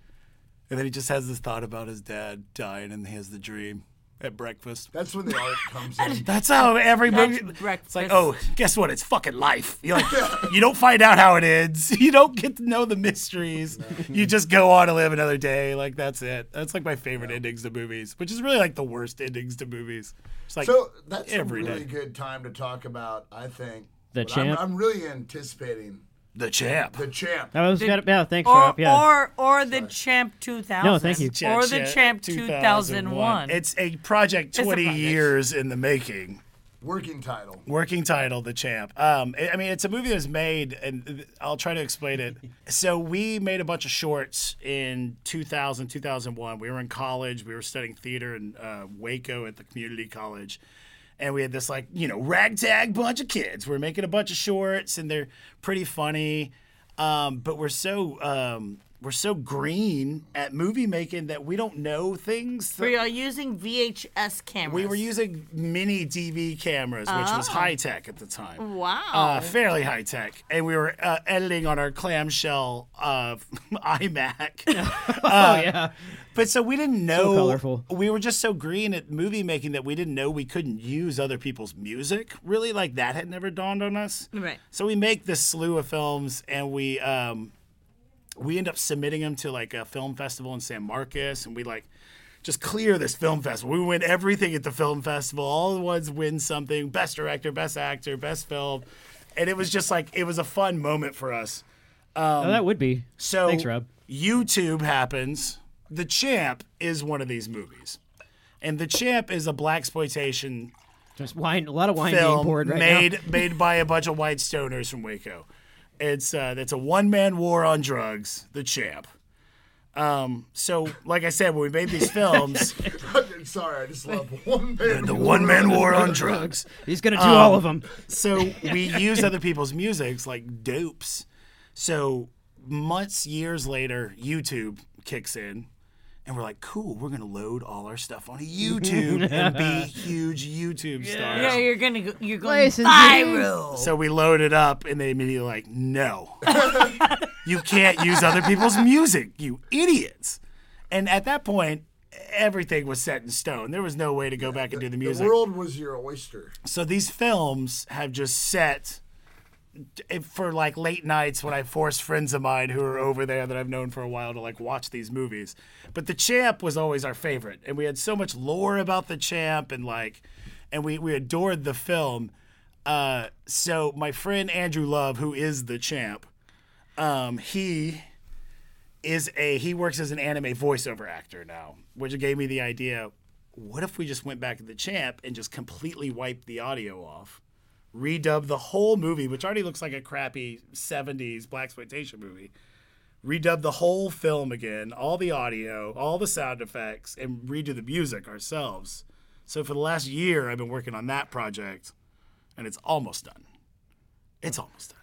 S4: And then he just has this thought about his dad dying and he has the dream at breakfast.
S3: That's when the art comes in.
S4: That's how every movie. It's
S1: breakfast.
S4: like, oh, guess what? It's fucking life. You're like, you don't find out how it ends. You don't get to know the mysteries. You just go on to live another day. Like that's it. That's like my favorite endings to movies, which is really like the worst endings to movies. It's like
S3: So that's a
S4: every
S3: really
S4: day.
S3: good time to talk about. I think
S5: The
S3: what I'm-
S5: champ?
S3: I'm, really anticipating
S4: the champ.
S3: the champ.
S5: That was got yeah, thanks,
S1: or
S5: Rob. Yeah.
S1: or or the champ 2000.
S5: No, thank you.
S4: Cha-
S1: Or the
S4: cha-
S1: champ 2001.
S4: It's a project
S1: a
S4: 20
S1: project.
S4: years in the making.
S3: Working title.
S4: Working title, The Champ. Um, I I mean, it's a movie that was made, and th- I'll try to explain it. so we made a bunch of shorts in 2000, 2001. We were in college. We were studying theater in uh, Waco at the community college. And we had this, like, you know, ragtag bunch of kids. We're making a bunch of shorts, and they're pretty funny. Um, but we're so... Um, we're so green at movie making that we don't know things.
S1: we are using VHS cameras.
S4: We were using mini DV cameras, which was high tech at the time.
S1: Ah. Wow.
S5: Oh.
S4: Uh, fairly high tech, and we were uh, editing on our clamshell uh, iMac. Uh,
S5: oh yeah.
S4: but so we didn't know.
S5: colorful.
S4: We were just so green at movie making that we didn't know we couldn't use other people's music. Really, like that had never dawned on us.
S1: Right.
S4: So we make this slew of films, and we um, we end up submitting them to like a film festival in San Marcos, and we like just clear this film festival. We win everything at the film festival. All the ones win something: best director, best actor, best film. And it was just like it was a fun moment for us.
S5: oh, that would be.
S4: So
S5: thanks, Rob.
S4: YouTube happens. The Champ is one of these movies, and The Champ is a black exploitation
S5: Just wine, a lot of wine being
S4: film
S5: poured right
S4: made
S5: now.
S4: made by a bunch of white stoners from Waco. It's uh, that's a one man war on drugs. The Champ. Um, so, like I said, when we made these films,
S3: Sorry, I just love one man.
S4: the one man war on drugs.
S5: He's gonna do all of
S4: um,
S5: them.
S4: So we use other people's musics like dopes. So months, years later, YouTube kicks in, and we're like, "Cool, we're gonna load all our stuff on YouTube and be huge YouTube stars."
S1: yeah, you're gonna go, you're going
S5: License it.
S1: viral.
S4: So we load it up, and they immediately like, "No, you can't use other people's music, you idiots!" And at that point, everything was set in stone. There was no way to go back and do
S3: The
S4: the music.
S3: world was your oyster.
S4: So these films have just set if- for like late nights when I force friends of mine who are over there that I've known for a while to like watch these movies. But The Champ was always our favorite, and we had so much lore about The Champ and like, and we we adored the film. Uh, so my friend Andrew Love, who is the champ, um, he is a he works as an anime voiceover actor now, which gave me the idea. What if we just went back to the champ and just completely wiped the audio off, redub the whole movie, which already looks like a crappy '70s black exploitation movie, redub the whole film again, all the audio, all the sound effects, and redo the music ourselves. So for the last year, I've been working on that project, and it's almost done. It's almost done.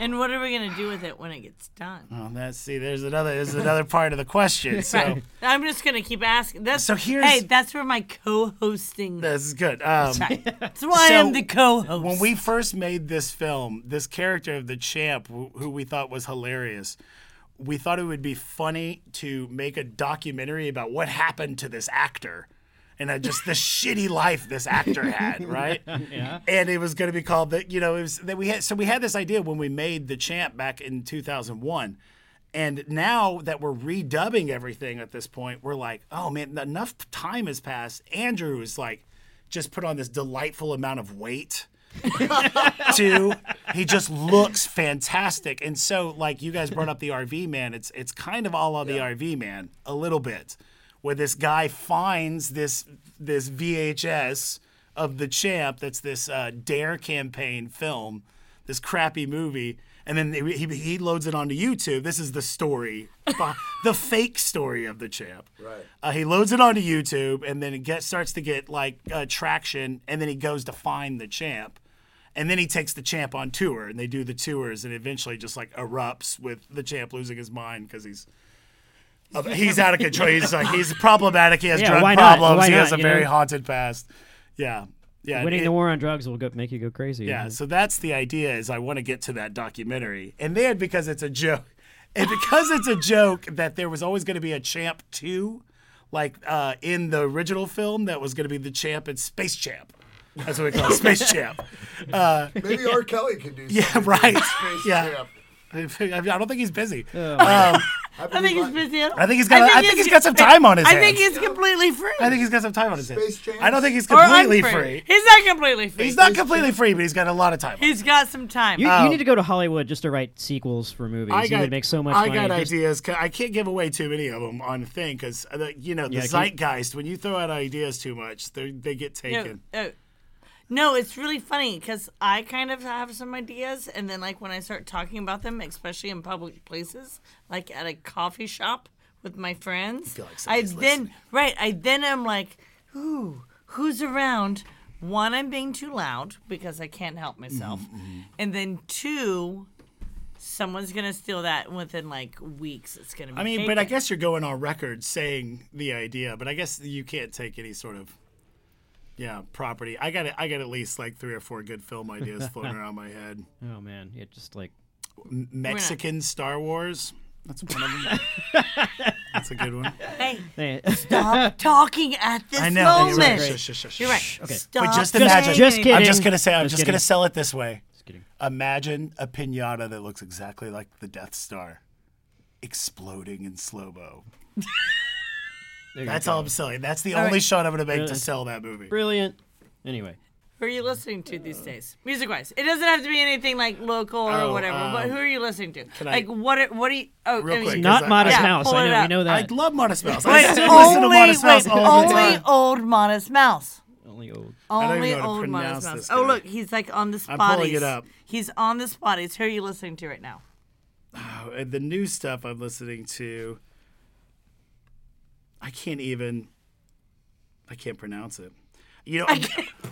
S1: And what are we gonna do with it when it gets done?
S4: Oh, that's see. There's another. There's another part of the question. So
S1: I'm just gonna keep asking. That's
S4: So here's-
S1: hey, that's where my co-hosting.
S4: this is good. Um,
S1: that's why I'm
S4: so
S1: the co-host.
S4: when we first made this film, this character of the champ, wh- who we thought was hilarious, we thought it would be funny to make a documentary about what happened to this actor. And uh, just the shitty life this actor had, right? yeah. And it was going to be called that. You know, it was that we had. So we had this idea when we made the champ back in 2001, and now that we're redubbing everything at this point, we're like, oh man, enough time has passed. Andrew is like, just put on this delightful amount of weight too. He just looks fantastic. And so, like you guys brought up the RV man, it's it's kind of all on the RV man a little bit, where this guy finds this this VHS of the champ. That's this uh, Dare campaign film, this crappy movie. And then he, he- he loads it onto YouTube. This is the story, beh- the fake story of the champ.
S3: Right.
S4: Uh, he loads it onto YouTube, and then it gets starts to get like uh, traction. And then he goes to find the champ, and then he takes the champ on tour, and they do the tours, and eventually just like erupts with the champ losing his mind because he's uh, he's out of control. He's like he's problematic. He has
S5: Yeah,
S4: drug
S5: why not?
S4: problems.
S5: Why
S4: he has
S5: not,
S4: a
S5: you know?
S4: very haunted past. Yeah, yeah.
S5: Winning
S4: it-
S5: the war on drugs will go, make you go crazy.
S4: yeah, so that's the idea is I want to get to that documentary. And then because it's a joke, and because it's a joke that there was always going to be a champ 2, like uh, in the original film that was going to be the champ and Space Champ. That's what we call it, Space Champ. Uh,
S3: Maybe R. Kelly could do something.
S4: yeah, right.
S3: Space
S4: Yeah.
S3: Jam.
S4: I don't think he's busy.
S1: I think he's
S3: Like,
S1: busy. at all.
S4: I think he's got. I think, he's got some time on his
S1: I
S4: hands.
S1: think he's completely free.
S4: I think he's got some time on his hands.
S3: Space Jam?
S4: I don't think he's
S1: Or
S4: completely
S1: unfree.
S4: free.
S1: He's not completely free.
S4: He's not completely free, but he's got a lot of time. on
S1: He's got some time. Uh,
S5: You, you need to go to Hollywood just to write sequels for movies. you would make so much
S4: um, I
S5: money.
S4: got
S5: Just-
S4: ideas. 'cause I can't give away too many of them on thing because you know the
S5: Yeah, can you-
S4: zeitgeist. When you throw out ideas too much, they they get
S1: No,
S4: taken.
S1: uh, no, it's really funny because I kind of have some ideas, and then like when I start talking about them, especially in public places, like at a coffee shop with my friends,
S4: feel like
S1: I
S4: somebody's
S1: then right, I then am like, ooh, who's around? One, I'm being too loud because I can't help
S4: Mm-hmm,
S1: myself, and then two. Someone's gonna steal that and within like weeks. It's gonna be.
S4: I mean, but I
S1: taken.
S4: guess you're going on record saying the idea, but I guess you can't take any sort of yeah property. I got I got at least like three or four good film ideas floating around my head.
S5: oh man, it just like
S4: M- Mexican Star Wars. That's one of them. That's a good one.
S1: Hey,
S5: eh,
S1: stop talking at this
S4: I know.
S1: moment.
S4: You're right. Shush, shush, shush,
S1: You're right.
S4: shush.
S1: Stop
S4: But just
S1: saying
S4: imagine.
S5: just
S1: anything.
S5: kidding.
S4: I'm just gonna say. I'm
S5: Just
S4: just,
S5: kidding.
S4: gonna sell it this way.
S5: kidding.
S4: Imagine a pinata that looks exactly like the Death Star, exploding in slow mo.
S5: there you
S4: That's
S5: go.
S4: all I'm selling. That's the only shot I'm gonna make to sell that movie.
S5: Brilliant. Anyway,
S1: Who are you listening to these days, music wise? It doesn't have to be anything like local or
S4: Oh,
S1: whatever. but
S4: um,
S1: who are you listening to?
S4: I-
S1: Like what? Are, what do you? Oh,
S4: Real
S1: I mean,
S4: quick,
S1: you-
S4: Not
S5: not
S4: I-
S5: Modest
S1: yeah,
S5: Mouse.
S1: pull
S5: I
S1: it
S5: know. We
S1: up.
S5: know
S4: I
S5: that.
S4: love Modest Mouse.
S1: Wait,
S4: I still listen to
S1: only,
S4: Modest Mouse
S1: wait,
S4: all the
S1: only
S4: time.
S1: old Modest Mouse.
S5: Only old.
S4: don't even
S1: Only
S4: know how to
S1: old
S4: pronounce
S1: Modest Mouse.
S4: this
S1: Oh
S4: guy.
S1: look, he's like on the spotties.
S4: I'm pulling it up.
S1: He's on the spotties. Who are you listening to right now?
S4: And Uh, the new stuff I'm listening to, I can't even. I can't pronounce it. You know,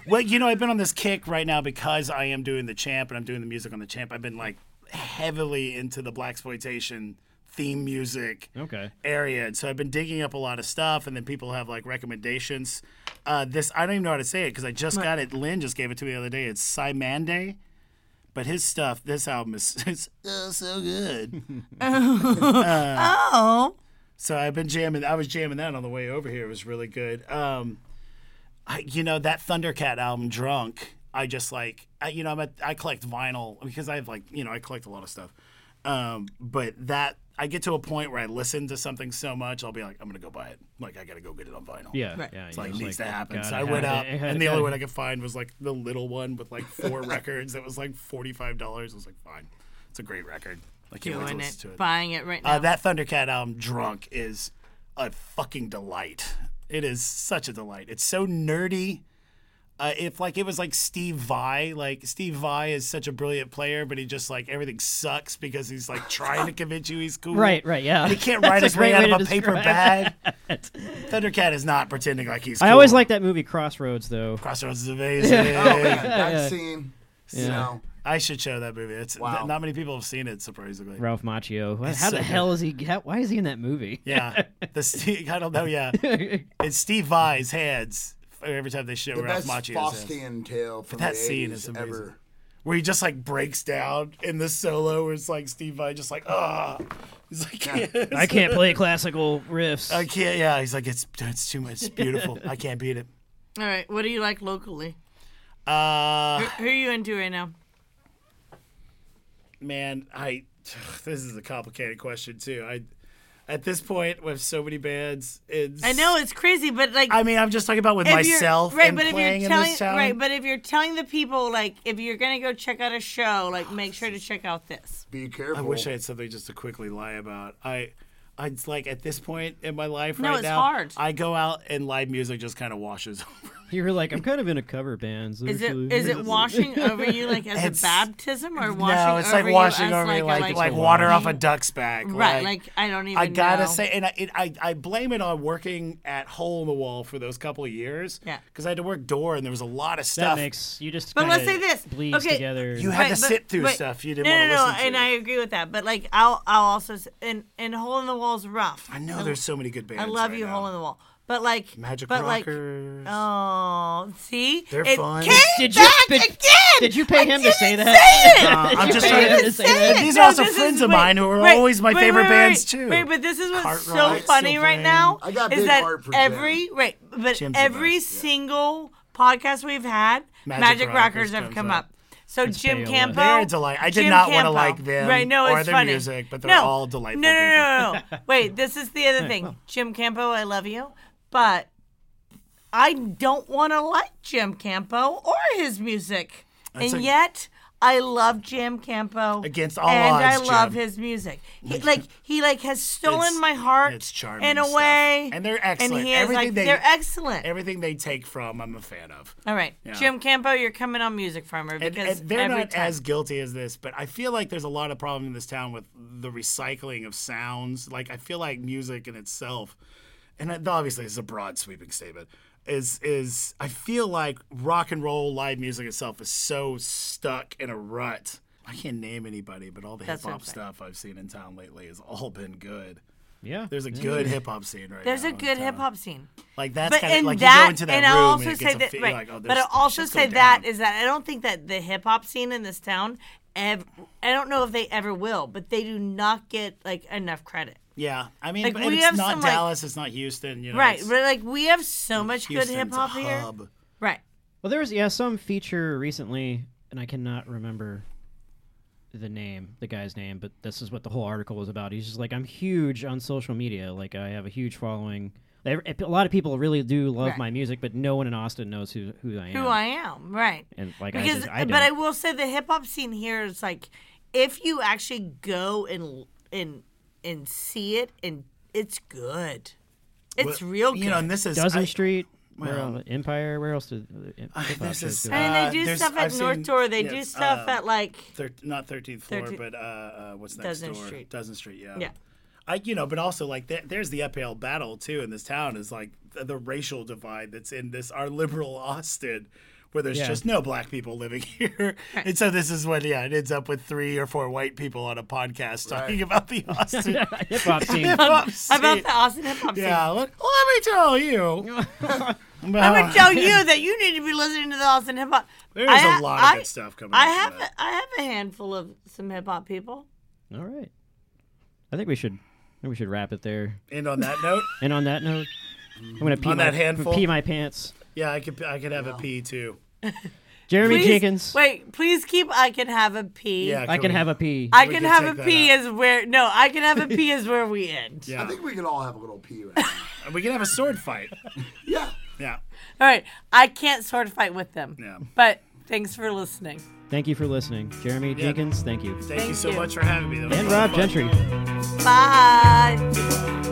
S4: well, you know, I've been on this kick right now because I am doing the champ and I'm doing the music on the champ. I've been like heavily into the black exploitation theme music
S5: Okay.
S4: area, and so I've been digging up a lot of stuff, and then people have like recommendations. Uh, this I don't even know how to say it because I just got it. Lynn just gave it to me the other day. It's Simande. But his stuff, this album is it's, oh, so good. Uh,
S1: Oh,
S4: So I've been jamming. I was jamming that on the way over here. It was really good. Um, I, you know that Thundercat album, Drunk. I just like, I, you know, I'm a, I collect vinyl because I have like, you know, I collect a lot of stuff. Um, but that I get to a point where I listen to something so much, I'll be like, I'm gonna go buy it. Like I gotta go get it on vinyl.
S5: Yeah,
S1: Right.
S5: yeah.
S4: It's
S5: you're
S4: like
S5: just
S4: needs to happen. So
S5: gotta
S4: I went
S5: have
S4: up,
S5: it, it oh, had-
S4: and the
S5: gotta-
S4: only one I could find was like the little one with like four records. That was like forty five dollars. I was like, fine, it's a great record. I can't wait to
S1: doing it,
S4: listen to it.
S1: buying it right now.
S4: Uh, that Thundercat album, Drunk, is a fucking delight. It is such a delight. It's so nerdy. Uh, if like it was like Steve Vai, like Steve Vai is such a brilliant player, but he just like everything sucks because he's like trying to convince you he's cool.
S5: Right, right, yeah.
S4: And he can't
S5: That's
S4: ride
S5: a
S4: his way
S5: great
S4: out
S5: way
S4: of
S5: to
S4: a paper
S5: describe
S4: bag. Thundercat is not pretending like he's. Cool.
S5: I always like that movie Crossroads though.
S4: Crossroads is amazing.
S3: Oh, man, that scene. You know,
S4: I should show that movie. It's
S3: Wow.
S4: not many people have seen it surprisingly.
S5: Ralph Macchio. Why-
S4: It's
S5: How
S4: so
S5: the hell is he? How, why is he in that movie?
S4: Yeah, the Steve, I don't know. Yeah, it's Steve Vai's hands every time they show
S3: the
S4: Ralph
S3: best
S4: Macchio's hands,
S3: Faustian tale from
S4: that
S3: the
S4: scene
S3: 80s
S4: is amazing.
S3: ever.
S4: where he just like breaks down in the solo. Where it's like Steve Vai just like ah, he's like yes.
S5: I can't play classical riffs.
S4: I can't. Yeah, he's like it's it's too much. It's beautiful. I can't beat it.
S1: All right, what do you like locally?
S4: Uh,
S1: Who are you into right now?
S4: man, I this is a complicated question too. I at this point with so many bands, it's
S1: I know it's crazy, but like
S4: I mean, I'm just talking about with
S1: you're-
S4: myself and
S1: but if you're
S4: playing
S1: telling,
S4: in this town.
S1: Right, but if you're telling the people, like, if you're gonna go check out a show, like, make sure to check out this.
S3: Be careful.
S4: I wish I had something just to quickly lie about. I, I it's like at this point in my life
S1: No,
S4: right
S1: it's
S4: now,
S1: hard.
S4: I go out and live music just kind of washes over.
S5: You were like, I'm kind of in a cover band. So
S1: Is it
S5: actually-
S1: is it washing over you like as
S4: It's-
S1: a baptism or washing
S4: no, it's like
S1: over
S4: washing
S1: you as
S4: over me
S1: a,
S4: like like, water off a duck's back.
S1: Right, like, I don't even.
S4: I gotta
S1: know.
S4: say, and I, it, I I blame it on working at Hole in the Wall for those couple of years.
S1: Yeah.
S4: because I had to work door and there was a lot of
S5: That
S4: stuff.
S5: makes you just.
S1: But let's
S5: kinda
S1: say this.
S5: bleeds
S1: Okay,
S5: together.
S4: you
S5: and-
S4: had to sit through stuff you didn't
S1: no,
S4: want to
S1: no, no,
S4: listen to.
S1: and I agree with that. But like, I'll I'll also s- and and hole in the wall's rough.
S4: I know there's so many good bands.
S1: I love
S4: right
S1: you,
S4: now.
S1: hole in the wall. But like,
S4: Magic
S1: but
S4: Rockers.
S1: like, oh, see,
S4: They're
S1: it
S4: fun.
S1: Came
S5: Did you-
S1: back
S5: did-
S1: again.
S5: did you pay
S1: I
S5: him to say
S1: didn't
S5: that?
S1: say it.
S4: Uh, I'm
S5: You
S4: just
S5: pay
S4: trying
S5: him
S4: to
S5: to
S1: say
S5: say that.
S1: it.
S4: These are also
S1: this
S4: friends
S1: is-
S4: of
S1: wait,
S4: mine who are
S1: wait,
S4: always my
S1: wait,
S4: favorite
S1: wait,
S4: bands,
S1: wait.
S4: too.
S1: Wait, but this is what's so
S4: Cartwright's still
S1: funny right
S4: playing.
S1: now
S3: I got
S1: is
S3: big
S1: that
S3: heart for
S1: every right, but
S4: Jim's the
S1: every
S4: best, yeah.
S1: single podcast we've had, Magic,
S4: Magic
S1: Rockers,
S4: Rockers
S1: have
S4: comes
S1: come up.
S4: up.
S1: So Jim
S5: Paola.
S1: Campo,
S4: They're a delight. I did
S1: Jim
S4: not wanna
S1: Campo.
S4: like them
S1: Right? No,
S4: or
S1: it's
S4: their
S1: funny.
S4: music, but they're
S1: no.
S4: all delightful
S1: No, no, no, no, no. Wait, this is the other thing. Jim Campo, I love you, but I don't want to like Jim Campo or his music,
S4: That's
S1: and
S4: a-
S1: yet I love Jim Campo
S4: Against all
S1: and I
S4: odds,
S1: love
S4: Jim.
S1: his music. He, like he like has stolen
S4: It's-
S1: my heart.
S4: it's charming
S1: in a
S4: stuff.
S1: way,
S4: And they're excellent.
S1: And he is
S4: Everything
S1: like,
S4: they-
S1: they're excellent.
S4: Everything they take from, I'm a fan of.
S1: All right,
S4: Yeah.
S1: Jim Campo, you're coming on Music Farmer
S4: And,
S1: because
S4: and they're
S1: every
S4: not
S1: time,
S4: as guilty as this, but I feel like there's a lot of problem in this town with the recycling of sounds. Like I feel like music in itself, and it- obviously it's a broad sweeping statement. Is is I feel like rock and roll live music itself is so stuck in a rut. I can't name anybody, but all the hip
S1: That's what I'm
S4: hop
S1: saying.
S4: stuff I've seen in town lately has all been good.
S5: yeah.
S4: There's a good hip hop scene right
S1: Mm. there's
S4: now.
S1: a
S4: in
S1: good
S4: town.
S1: hip hop scene.
S4: Like that's
S1: but
S4: kind of
S1: and
S4: like
S1: that,
S4: you go into that
S1: and
S4: room
S1: I'll also
S4: and it
S1: say
S4: gets a
S1: that,
S4: fe-
S1: right,
S4: like, oh,
S1: but
S4: there's-
S1: I'll also
S4: shit's
S1: say
S4: going
S1: that
S4: down.
S1: is that I don't think that the hip hop scene in this town, ev- I don't know if they ever will, but they do not get like enough credit.
S4: yeah. I mean,
S1: like,
S4: but
S1: we
S4: it's
S1: have
S4: not
S1: some, like-
S4: Dallas, it's not Houston, you know.
S1: Right,
S4: it's
S1: but like we have so much
S4: Houston's
S1: good hip hop
S4: a
S1: here.
S4: hub.
S1: Right.
S5: Well, there was yeah some feature recently, and I cannot remember the name, the guy's name, but this is what the whole article was about. He's just like, I'm huge on social media. Like I have a huge following. Ev- A lot of people really do love
S1: Right.
S5: my music, but no one in Austin knows who who I am.
S1: Who I am, right.
S5: And like I,
S1: because
S5: just, I
S1: but I
S5: don't.
S1: will say the hip hop scene here is like if you actually go and and and see it and it's good. It's
S4: Well,
S1: real good.
S4: You know, and this is
S5: Dozen
S4: I-
S5: Street, where
S4: well,
S5: else- Empire. Where else did uh, hip-hop
S4: this
S5: shows
S4: is-
S5: go?
S4: I-
S1: and
S4: Uh,
S1: they do
S4: there's-
S1: stuff at
S4: I've
S1: North
S4: seen-
S1: Door. They do
S4: yes,
S1: stuff
S4: uh,
S1: at like
S4: thir- not 13th floor,
S1: Thirteen-
S4: but uh, uh, what's next
S1: Dozen
S4: door?
S1: Street.
S4: Dozen Street, yeah.
S1: Yeah.
S4: I, you know, but also like there, there's the uphill battle too in this town is like the, the racial divide that's in this our liberal Austin, where there's
S5: Yeah.
S4: just no black people living here, and so this is when yeah it ends up with three or four white people on a podcast talking about the Austin
S5: Hip-hop scene.
S4: hip-hop
S1: about
S4: scene.
S1: the Austin hip hop scene.
S4: yeah. Let, let me tell you.
S1: I'm gonna tell you that you need to be listening to the Austin hip hop.
S4: There's
S1: I
S4: a
S1: ha-
S4: lot of
S1: I-
S4: good stuff coming
S1: I
S4: out
S1: have
S4: from
S1: a,
S4: that.
S1: I have a handful of some hip hop people.
S5: All right. I think we should. I think we should wrap it there.
S4: And on that note,
S5: And on that note, I'm gonna pee
S4: On
S5: my
S4: that handful?
S5: pee my pants.
S4: yeah, I could I could have a pee too.
S5: Jeremy
S1: Please-
S5: Jenkins.
S1: Wait, please keep. I can have a P.
S4: Yeah,
S5: I can
S4: we-
S5: have a pee.
S1: I
S4: We
S1: can
S4: can
S1: have
S4: take
S1: a
S4: that
S1: P
S4: out.
S1: is where no. I can have a P is where we end.
S4: Yeah,
S3: I think we could all have a little pee right now.
S4: we can have a sword fight.
S3: Yeah.
S4: Yeah,
S1: All right. I can't sort of fight with them.
S4: yeah.
S1: But thanks for listening.
S5: Thank you for listening, Jeremy Jenkins. Thank you,
S4: Thank, you
S1: Thank
S4: so
S1: you.
S4: much for having me. That was
S5: and
S4: a lot
S5: Rob
S4: of fun.
S5: Gentry.
S1: Bye.
S4: Goodbye.